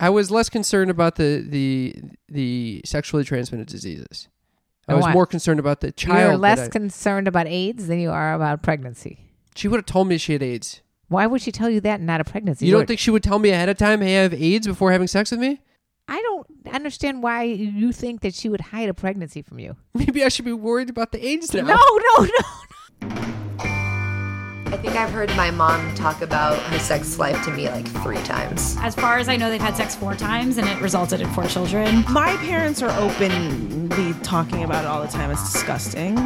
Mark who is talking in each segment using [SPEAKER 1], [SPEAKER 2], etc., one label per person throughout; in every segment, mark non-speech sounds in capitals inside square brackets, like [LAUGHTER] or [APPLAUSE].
[SPEAKER 1] I was less concerned about the the the sexually transmitted diseases. I
[SPEAKER 2] Oh,
[SPEAKER 1] was
[SPEAKER 2] I-
[SPEAKER 1] more concerned about the child.
[SPEAKER 2] You're
[SPEAKER 1] that
[SPEAKER 2] less
[SPEAKER 1] I-
[SPEAKER 2] concerned about AIDS than you are about pregnancy.
[SPEAKER 1] she would have told me she had AIDS.
[SPEAKER 2] Why would she tell you that and not a pregnancy?
[SPEAKER 1] You don't
[SPEAKER 2] Or-
[SPEAKER 1] think she would tell me ahead of time, "Hey, I have AIDS" before having sex with me?
[SPEAKER 2] I don't understand why you think that she would hide a pregnancy from you.
[SPEAKER 1] Maybe I should be worried about the AIDS now.
[SPEAKER 2] No, no, no.
[SPEAKER 3] I think I've heard my mom talk about her sex life to me like three times.
[SPEAKER 4] As far as I know, they've had sex four times and it resulted in four children.
[SPEAKER 5] My parents are openly talking about it all the time. It's disgusting.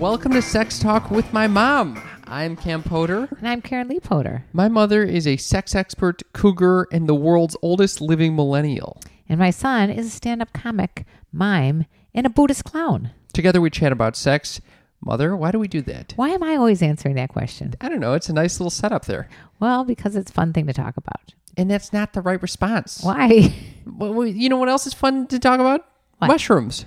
[SPEAKER 1] Welcome to Sex Talk with my mom. I'm Cam Potter.
[SPEAKER 2] And I'm Karen Leapoter.
[SPEAKER 1] My mother is a sex expert, cougar, and the world's oldest living millennial.
[SPEAKER 2] And my son is a stand up comic, mime, and a Buddhist clown.
[SPEAKER 1] Together we chat about sex. Mother, why do we do that?
[SPEAKER 2] Why am I always answering that question?
[SPEAKER 1] I don't know. It's a nice little setup there.
[SPEAKER 2] Well, because it's a fun thing to talk about.
[SPEAKER 1] And that's not the right response.
[SPEAKER 2] Why?
[SPEAKER 1] [LAUGHS] Well, well, you know what else is fun to talk about? [LAUGHS]
[SPEAKER 2] What?
[SPEAKER 1] Mushrooms.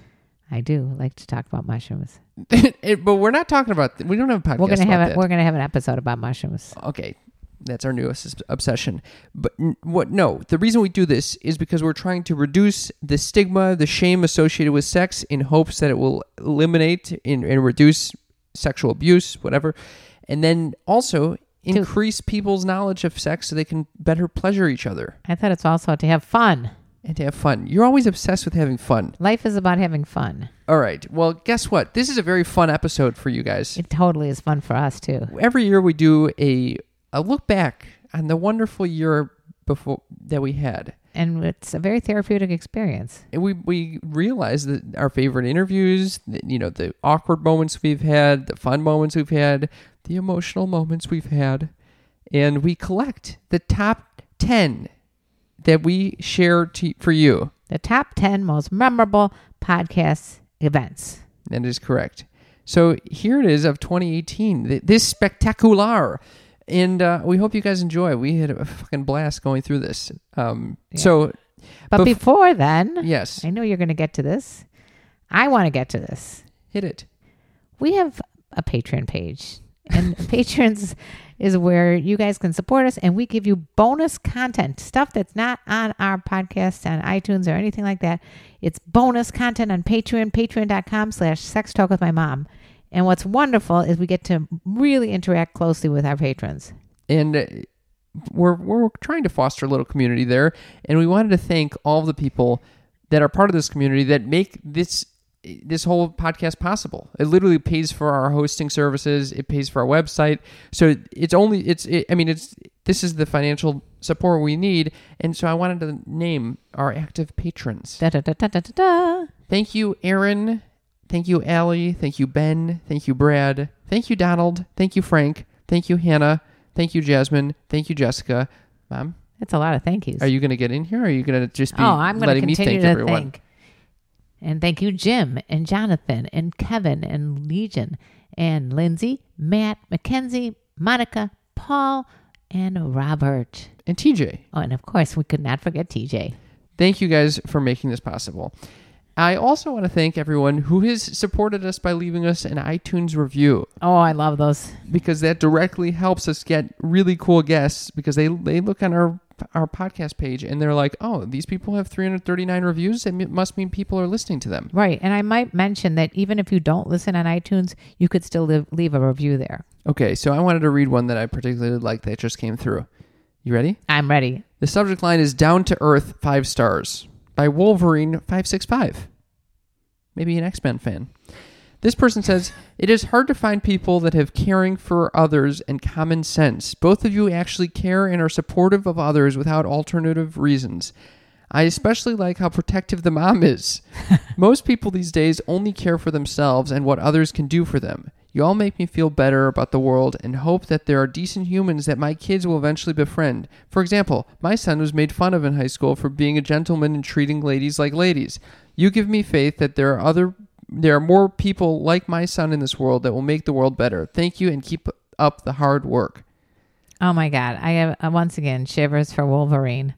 [SPEAKER 2] I do like to talk about mushrooms.
[SPEAKER 1] It- but we're not talking about. We don't have a podcast.
[SPEAKER 2] We're gonna
[SPEAKER 1] about
[SPEAKER 2] have
[SPEAKER 1] that.
[SPEAKER 2] a, we're gonna have an episode about mushrooms.
[SPEAKER 1] okay that's our newest obs- obsession but n- what no the reason we do this is because we're trying to reduce the stigma the shame associated with sex in hopes that it will eliminate and, and reduce sexual abuse whatever and then also increase people's knowledge of sex so they can better pleasure each other
[SPEAKER 2] I thought it's also to have fun.
[SPEAKER 1] and to have fun you're always obsessed with having fun
[SPEAKER 2] Life is about having fun.
[SPEAKER 1] all right well guess what this is a very fun episode for you guys
[SPEAKER 2] It totally is fun for us too.
[SPEAKER 1] every year we do a a look back on the wonderful year before that we had.
[SPEAKER 2] And it's a very therapeutic experience.
[SPEAKER 1] And we we realize that our favorite interviews, th- you know, the awkward moments we've had, the fun moments we've had, the emotional moments we've had, and we collect the top 10 that we share to, for you.
[SPEAKER 2] The top ten most memorable podcast events.
[SPEAKER 1] That is correct. So here it is of 2018. th- This spectacular, and uh, we hope you guys enjoy. We had a fucking blast going through this. Um, So
[SPEAKER 2] But
[SPEAKER 1] Bef-
[SPEAKER 2] before then,
[SPEAKER 1] yes,
[SPEAKER 2] I know you're going to get to this. I want to get to this.
[SPEAKER 1] hit it.
[SPEAKER 2] We have a Patreon page,
[SPEAKER 1] [LAUGHS]
[SPEAKER 2] and patrons is where you guys can support us, and we give you bonus content, stuff that's not on our podcast, on iTunes, or anything like that. It's bonus content on Patreon, patreon.com slash sex talk with my mom. And what's wonderful is we get to really interact closely with our patrons.
[SPEAKER 1] And uh, we're we're trying to foster a little community there, and we wanted to thank all the people that are part of this community that make this this whole podcast possible. It literally pays for our hosting services. It pays for our website. So it's only it's it, I mean it's this is the financial support we need. And so I wanted to name our active patrons.
[SPEAKER 2] Da, da, da, da, da, da, da.
[SPEAKER 1] Thank you, Aaron. Thank you, Allie. Thank you, Ben. Thank you, Brad. Thank you, Donald. Thank you, Frank. Thank you, Hannah. Thank you, Jasmine. Thank you, Jessica. Mom,
[SPEAKER 2] That's a lot of thank yous.
[SPEAKER 1] are you going to get in here? Or are you going to just be
[SPEAKER 2] oh, I'm going to
[SPEAKER 1] letting me thank
[SPEAKER 2] continue to
[SPEAKER 1] everyone?
[SPEAKER 2] thank. And thank you, Jim and Jonathan and Kevin and Legion and Lindsay, Matt, Mackenzie, Monica, Paul, and Robert.
[SPEAKER 1] And TJ,
[SPEAKER 2] Oh, and of course, we could not forget TJ.
[SPEAKER 1] thank you guys for making this possible. I also want to thank everyone who has supported us by leaving us an iTunes review
[SPEAKER 2] Oh, I love those.
[SPEAKER 1] because that directly helps us get really cool guests because they they look on our our podcast page and they're like, "Oh, these people have 339 reviews. It m- must mean people are listening to them."
[SPEAKER 2] Right. And I might mention that even if you don't listen on iTunes, you could still live, leave a review there.
[SPEAKER 1] Okay, so I wanted to read one that I particularly liked that just came through. You ready?
[SPEAKER 2] I'm ready.
[SPEAKER 1] The subject line is "Down to Earth, 5 stars" by Wolverine 565. Maybe an X-Men fan. This person says, It is hard to find people that have caring for others and common sense. Both of you actually care and are supportive of others without alternative reasons. I especially like how protective the mom is. Most people these days only care for themselves and what others can do for them. You all make me feel better about the world and hope that there are decent humans that my kids will eventually befriend. For example, my son was made fun of in high school for being a gentleman and treating ladies like ladies. You give me faith that there are other there are more people like my son in this world that will make the world better. Thank you and keep up the hard work.
[SPEAKER 2] Oh, my God. I have, uh, once again, shivers
[SPEAKER 1] [LAUGHS]
[SPEAKER 2] for Wolverine.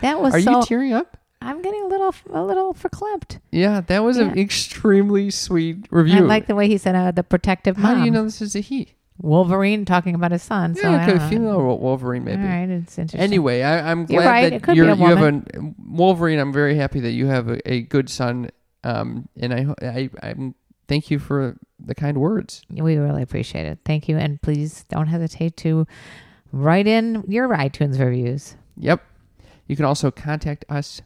[SPEAKER 2] that was
[SPEAKER 1] Are
[SPEAKER 2] so.
[SPEAKER 1] you tearing up?
[SPEAKER 2] I'm getting a little, a little verklempt.
[SPEAKER 1] Yeah, that was an
[SPEAKER 2] Yeah.
[SPEAKER 1] extremely sweet review.
[SPEAKER 2] I like the way he said uh, the protective
[SPEAKER 1] How
[SPEAKER 2] mom.
[SPEAKER 1] do you know this is a he?
[SPEAKER 2] Wolverine talking about his son. So
[SPEAKER 1] yeah,
[SPEAKER 2] I
[SPEAKER 1] okay,
[SPEAKER 2] don't know.
[SPEAKER 1] female Wo- Wolverine maybe.
[SPEAKER 2] All right, it's interesting.
[SPEAKER 1] Anyway, I, I'm glad
[SPEAKER 2] right, it
[SPEAKER 1] that
[SPEAKER 2] could be
[SPEAKER 1] you're,
[SPEAKER 2] a
[SPEAKER 1] you have a Wolverine. I'm very happy that you have a, a good son, um, and I, ho- I, I'm thank you for the kind words.
[SPEAKER 2] we really appreciate it. Thank you, and please don't hesitate to write in your iTunes reviews.
[SPEAKER 1] Yep. You can also contact us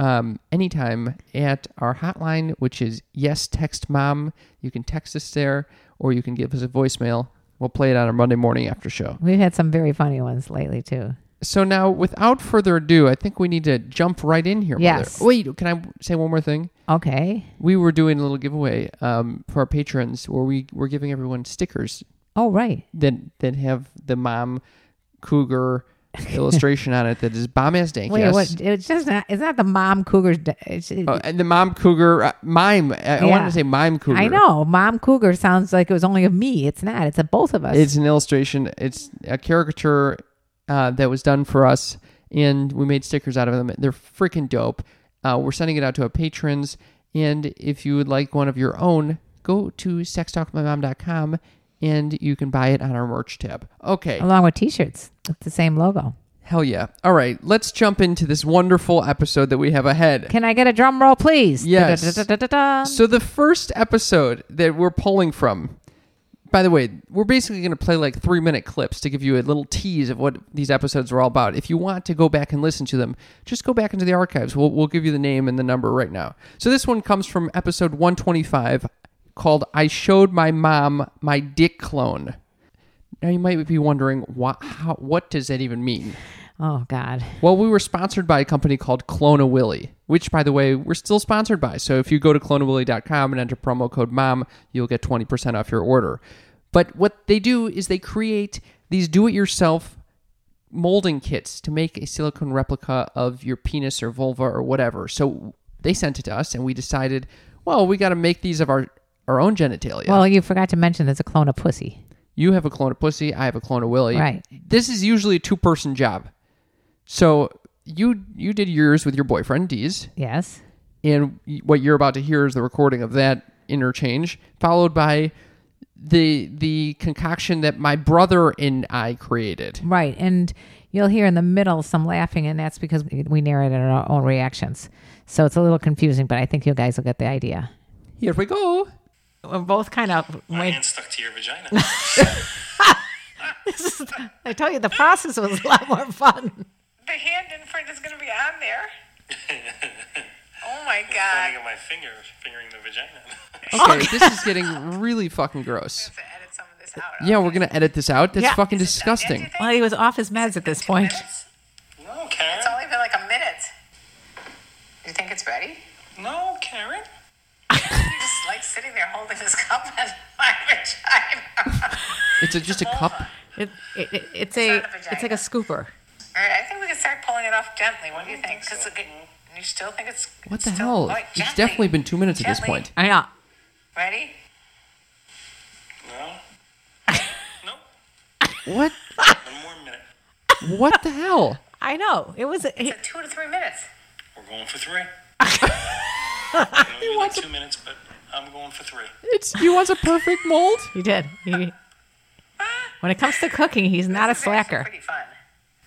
[SPEAKER 1] um, anytime at our hotline, which is Yes Text Mom. You can text us there, or you can give us a voicemail. We'll play it on our Monday morning after show.
[SPEAKER 2] We've had some very funny ones lately too.
[SPEAKER 1] So now, without further ado, I think we need to jump right in here. Mother.
[SPEAKER 2] Yes.
[SPEAKER 1] Wait, can I say one more thing?
[SPEAKER 2] Okay.
[SPEAKER 1] We were doing a little giveaway um, for our patrons, where we were giving everyone stickers
[SPEAKER 2] Oh right.
[SPEAKER 1] that that have the mom
[SPEAKER 2] [LAUGHS]
[SPEAKER 1] cougar illustration on it that is bomb ass dank.
[SPEAKER 2] Wait,
[SPEAKER 1] yes.
[SPEAKER 2] what? It's just not. It's not the mom cougars. d- It's,
[SPEAKER 1] Oh, and the mom cougar uh, mime. I, I wanted
[SPEAKER 2] Yeah.
[SPEAKER 1] to say mime cougar.
[SPEAKER 2] I know, mom cougar sounds like it was only of me. It's not. It's of both of us.
[SPEAKER 1] It's an illustration. It's a caricature uh, that was done for us, and we made stickers out of them. They're freaking dope. Uh, we're sending it out to our patrons, and if you would like one of your own, go to sextalkmymom.com and you can buy it on our merch tab. Okay.
[SPEAKER 2] along with T-shirts. It's the same logo.
[SPEAKER 1] Hell yeah. All right. Let's jump into this wonderful episode that we have ahead.
[SPEAKER 2] Can I get a drum roll, please?
[SPEAKER 1] Yes.
[SPEAKER 2] Da-da-da-da-da-da.
[SPEAKER 1] So the first episode that we're pulling from, by the way, we're basically going to play like three minute clips to give you a little tease of what these episodes are all about. If you want to go back and listen to them, just go back into the archives. We'll, we'll give you the name and the number right now. So this one comes from episode 125 called I Showed My Mom My Dick Clone. Now you might be wondering what how, what does that even mean?
[SPEAKER 2] Oh God.
[SPEAKER 1] Well, we were sponsored by a company called Clona Willy, which, by the way, we're still sponsored by. So if you go to clonawilly.com and enter promo code MOM, you'll get 20% off your order. But what they do is they create these do it yourself molding kits to make a silicone replica of your penis or vulva or whatever. So they sent it to us, and we decided, well, we got to make these of our, our own genitalia.
[SPEAKER 2] Well, you forgot to mention there's a clone of pussy.
[SPEAKER 1] You have a clone of pussy. I have a clone of Willie.
[SPEAKER 2] Right.
[SPEAKER 1] This is usually a two person job. So you you did yours with your boyfriend Dee's,
[SPEAKER 2] Yes.
[SPEAKER 1] and what you're about to hear is the recording of that interchange, followed by the the concoction that my brother and I created.
[SPEAKER 2] Right. And you'll hear in the middle some laughing, and that's because we narrated our own reactions. So it's a little confusing, but I think you guys will get the idea.
[SPEAKER 1] Here we go.
[SPEAKER 6] We're both kind of.
[SPEAKER 7] My
[SPEAKER 6] Wait,
[SPEAKER 7] hand stuck to your vagina.
[SPEAKER 6] [LAUGHS] I tell you, the process was a lot more fun.
[SPEAKER 8] The hand imprint is going to be on
[SPEAKER 7] [LAUGHS]
[SPEAKER 8] there. oh my
[SPEAKER 7] Pointing
[SPEAKER 8] god.
[SPEAKER 7] at my finger, fingering the vagina.
[SPEAKER 1] Okay, this
[SPEAKER 6] [LAUGHS]
[SPEAKER 1] is getting really fucking gross.
[SPEAKER 8] To edit some of this out.
[SPEAKER 1] Yeah, we're gonna edit this out. That's
[SPEAKER 6] Yeah.
[SPEAKER 1] fucking disgusting.
[SPEAKER 6] Well, he was off his meds at this point.
[SPEAKER 8] Minutes?
[SPEAKER 7] no,
[SPEAKER 8] It's
[SPEAKER 7] Karen.
[SPEAKER 8] only been like a minute. You think it's ready?
[SPEAKER 7] No,
[SPEAKER 8] [LAUGHS]
[SPEAKER 7] Karen.
[SPEAKER 8] You just like sitting there holding this cup and [LAUGHS] my vagina.
[SPEAKER 1] It's a, just a cup.
[SPEAKER 6] It, it, it, it's a,
[SPEAKER 8] not a vagina.
[SPEAKER 6] it's like a scooper.
[SPEAKER 8] All right, I think we can start pulling it off gently. What do you think? Because you still think it's
[SPEAKER 1] What
[SPEAKER 8] it's
[SPEAKER 1] the
[SPEAKER 8] still-
[SPEAKER 1] hell?
[SPEAKER 8] like,
[SPEAKER 1] It's
[SPEAKER 8] gently.
[SPEAKER 1] definitely been two minutes at this
[SPEAKER 8] Gently.
[SPEAKER 1] point.
[SPEAKER 6] I know.
[SPEAKER 8] ready.
[SPEAKER 1] [LAUGHS]
[SPEAKER 7] No. nope.
[SPEAKER 1] What?
[SPEAKER 7] One more minute.
[SPEAKER 1] What the hell?
[SPEAKER 6] I know. It was. It,
[SPEAKER 8] Two to three minutes.
[SPEAKER 7] We're going for three.
[SPEAKER 6] [LAUGHS]
[SPEAKER 7] I know you like two minutes, but I'm going for three.
[SPEAKER 1] It's you wants a perfect mold.
[SPEAKER 6] he did. He, when it comes to cooking, he's not a
[SPEAKER 8] This is actually
[SPEAKER 6] slacker.
[SPEAKER 8] Pretty fun.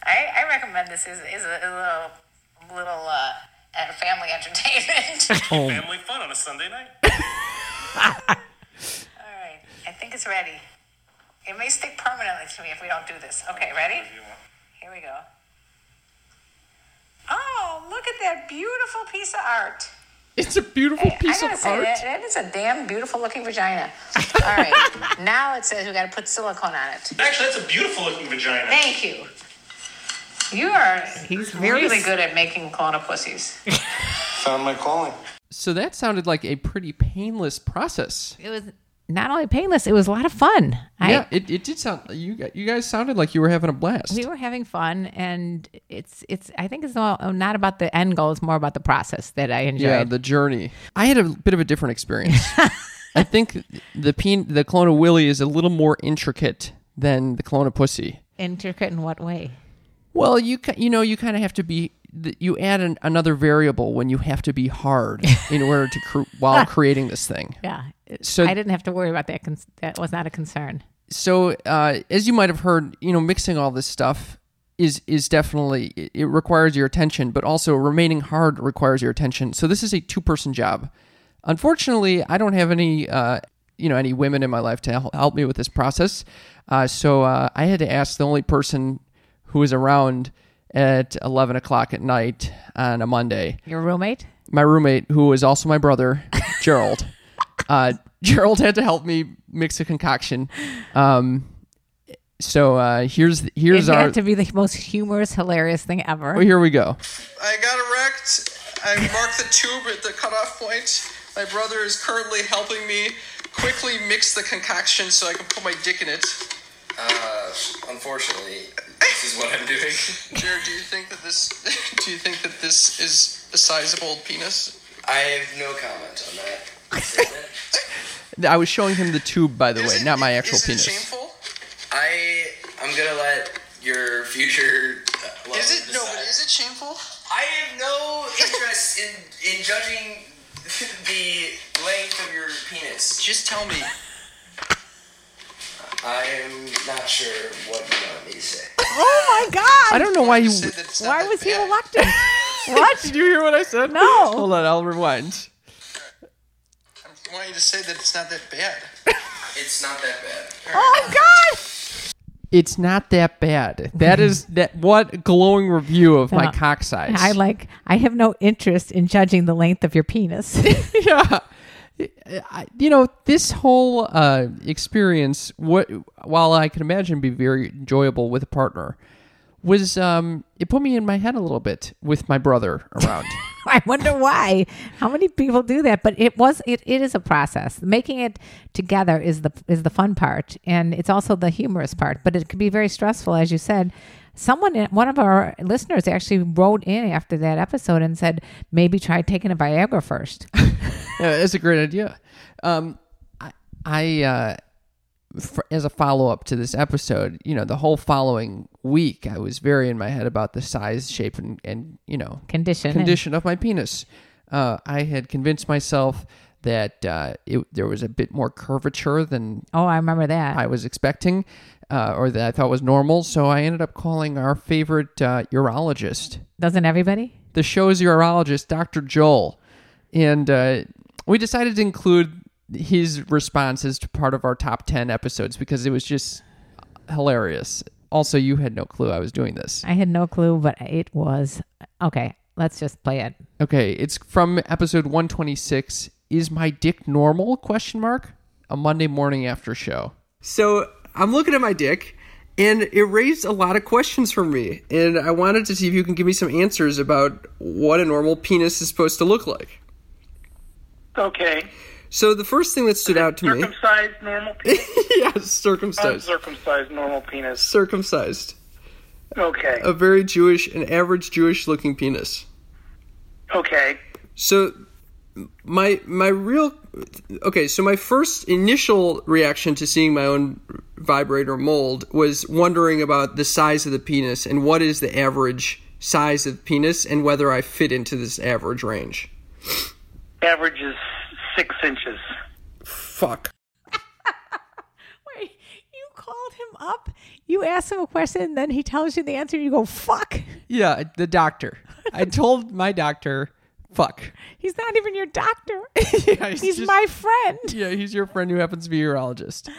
[SPEAKER 8] I, I recommend this is is a, a little little uh, uh, family [LAUGHS]
[SPEAKER 7] [LAUGHS]
[SPEAKER 8] entertainment.
[SPEAKER 1] Oh.
[SPEAKER 7] Family fun on a
[SPEAKER 8] [LAUGHS]
[SPEAKER 7] Sunday night.
[SPEAKER 8] All right, I think it's ready. It may stick permanently to me if we don't do this. Okay, ready?
[SPEAKER 7] If you want.
[SPEAKER 8] Here we go. Oh, look at that beautiful piece of art.
[SPEAKER 1] It's a beautiful
[SPEAKER 8] I
[SPEAKER 1] piece
[SPEAKER 8] gotta
[SPEAKER 1] of
[SPEAKER 8] say,
[SPEAKER 1] art.
[SPEAKER 8] that, that is a damn beautiful looking vagina. All
[SPEAKER 6] [LAUGHS]
[SPEAKER 8] right, now it says we gotta put silicone on it.
[SPEAKER 7] Actually, that's a beautiful looking vagina.
[SPEAKER 8] Thank you. You are
[SPEAKER 6] He's very
[SPEAKER 8] really
[SPEAKER 6] s-
[SPEAKER 8] good at making clone of pussies.
[SPEAKER 7] Found my calling.
[SPEAKER 1] So that sounded like a pretty painless process.
[SPEAKER 6] It was.
[SPEAKER 2] Not only painless, it was a lot of fun. I,
[SPEAKER 1] yeah, it, it did sound. You gu- you guys sounded like you were having a blast.
[SPEAKER 2] we were having fun, and it's it's. I think it's all, not about the end goal; it's more about the process that I enjoyed.
[SPEAKER 1] yeah, the journey. I had a bit of a different
[SPEAKER 2] [LAUGHS]
[SPEAKER 1] experience. I think the peen, the clone of Willie is a little more intricate than the clone of Pussy.
[SPEAKER 2] Intricate in what way?
[SPEAKER 1] Well, you ki- you know you kind of have to be. th- You add an, another variable when you have to be
[SPEAKER 2] [LAUGHS]
[SPEAKER 1] hard in order to cr- while creating this thing.
[SPEAKER 2] Yeah.
[SPEAKER 1] So-
[SPEAKER 2] I didn't have to worry about that. Cons- that was not a concern.
[SPEAKER 1] so uh, as you might have heard, you know, mixing all this stuff is is definitely it- it requires your attention, but also remaining hard requires your attention. So this is a two person job. Unfortunately, I don't have any uh, you know any women in my life to hel- help me with this process. Uh, so uh, I had to ask the only person who was around at eleven o'clock at night on a Monday
[SPEAKER 2] Your roommate?
[SPEAKER 1] my roommate, who was also my brother,
[SPEAKER 2] [LAUGHS]
[SPEAKER 1] Gerald. Uh, Gerald had to help me mix a concoction. Um, so uh, here's here's
[SPEAKER 2] It
[SPEAKER 1] our
[SPEAKER 2] had to be the most humorous, hilarious thing ever.
[SPEAKER 1] well, here we go.
[SPEAKER 9] I got erect. I marked the tube at the cutoff point. My brother is currently helping me quickly mix the concoction so I can put my dick in it.
[SPEAKER 10] Uh, unfortunately, this is what I'm
[SPEAKER 9] [LAUGHS]
[SPEAKER 10] doing.
[SPEAKER 9] Jared, do you think that this? [LAUGHS] Do you think that this is a sizable penis?
[SPEAKER 10] I have no comment on that.
[SPEAKER 9] [LAUGHS]
[SPEAKER 10] statement.
[SPEAKER 1] I was showing him the tube, by the
[SPEAKER 9] Is
[SPEAKER 1] way,
[SPEAKER 9] it-
[SPEAKER 1] not my actual
[SPEAKER 9] is it
[SPEAKER 1] penis.
[SPEAKER 9] Shameful?
[SPEAKER 10] I I'm gonna let your future. Uh, love
[SPEAKER 9] Is it no? But
[SPEAKER 10] decide.
[SPEAKER 9] is it shameful?
[SPEAKER 10] I have no interest in in judging [LAUGHS] the length of your penis.
[SPEAKER 9] Just tell me.
[SPEAKER 10] I am not sure what you want me to say.
[SPEAKER 2] Oh my God.
[SPEAKER 1] I don't know why you.
[SPEAKER 9] Say that it's not
[SPEAKER 2] Why
[SPEAKER 9] that
[SPEAKER 2] was he
[SPEAKER 9] bad.
[SPEAKER 1] [LAUGHS]
[SPEAKER 2] reluctant? what?
[SPEAKER 1] Did you hear what I said?
[SPEAKER 2] No.
[SPEAKER 1] Hold on, I'll rewind.
[SPEAKER 9] I want you to say that it's not that bad.
[SPEAKER 10] [LAUGHS] It's not that bad.
[SPEAKER 2] Oh God.
[SPEAKER 1] It's not that bad. That is
[SPEAKER 2] [LAUGHS]
[SPEAKER 1] that. What a glowing review of my
[SPEAKER 2] No.
[SPEAKER 1] cock size.
[SPEAKER 2] I like. I have no interest in judging the length of your penis. [LAUGHS]
[SPEAKER 1] yeah. I- You know, this whole uh, experience, what while I can imagine be very enjoyable with a partner, was um, it put me in my head a little bit with my brother around.
[SPEAKER 2] [LAUGHS] I wonder why. How many people do that? But it was. It, it is a process. Making it together is the is the fun part, and it's also the humorous part. But it could be very stressful, as you said. Someone, eh, one of our listeners, actually wrote in after that episode and said, "Maybe try taking a Viagra first.
[SPEAKER 1] Yeah, Uh, that's a great idea. Um, I, I uh, f- as a follow up to this episode, you know, the whole following week, I was very in my head about the size, shape, and, and you know,
[SPEAKER 2] Condition. and-
[SPEAKER 1] condition of my penis. Uh, I had convinced myself that uh, it, there was a bit more curvature than
[SPEAKER 2] oh, I remember that.
[SPEAKER 1] I was expecting uh, or that I thought was normal. So I ended up calling our favorite uh, urologist.
[SPEAKER 2] Doesn't everybody?
[SPEAKER 1] The show's urologist, Dr. Joel. And uh, we decided to include his responses to part of our top 10 episodes because it was just hilarious. Also, you had no clue I was doing this.
[SPEAKER 2] I had no clue, but it was okay. Let's just play it.
[SPEAKER 1] Okay, it's from episode 126. Is my dick normal? Question mark. A Monday morning after show. So I'm looking at my dick, and it raised a lot of questions for me. And I wanted to see if you can give me some answers about what a normal penis is supposed to look like.
[SPEAKER 7] Okay.
[SPEAKER 1] So the first thing that stood out to me,
[SPEAKER 7] Circumcised normal penis.
[SPEAKER 9] [LAUGHS]
[SPEAKER 1] yes, circumcised,
[SPEAKER 7] Uncircumcised normal penis.
[SPEAKER 1] circumcised,
[SPEAKER 7] Okay.
[SPEAKER 1] a very Jewish, an average Jewish-looking penis.
[SPEAKER 7] Okay.
[SPEAKER 9] So my my real okay, so my first initial reaction to seeing my own vibrator mold was wondering about the size of the penis and what is the average size of penis and whether I fit into this average range.
[SPEAKER 7] Average is six inches.
[SPEAKER 9] Fuck.
[SPEAKER 2] Wait, you called him up, you asked him a question, then he tells you the answer, you go, fuck.
[SPEAKER 1] Yeah, the doctor. I told my doctor, fuck.
[SPEAKER 2] He's not even your doctor.
[SPEAKER 1] [LAUGHS] Yeah,
[SPEAKER 2] he's
[SPEAKER 1] just-
[SPEAKER 2] my friend.
[SPEAKER 1] Yeah, he's your friend who happens to be a urologist.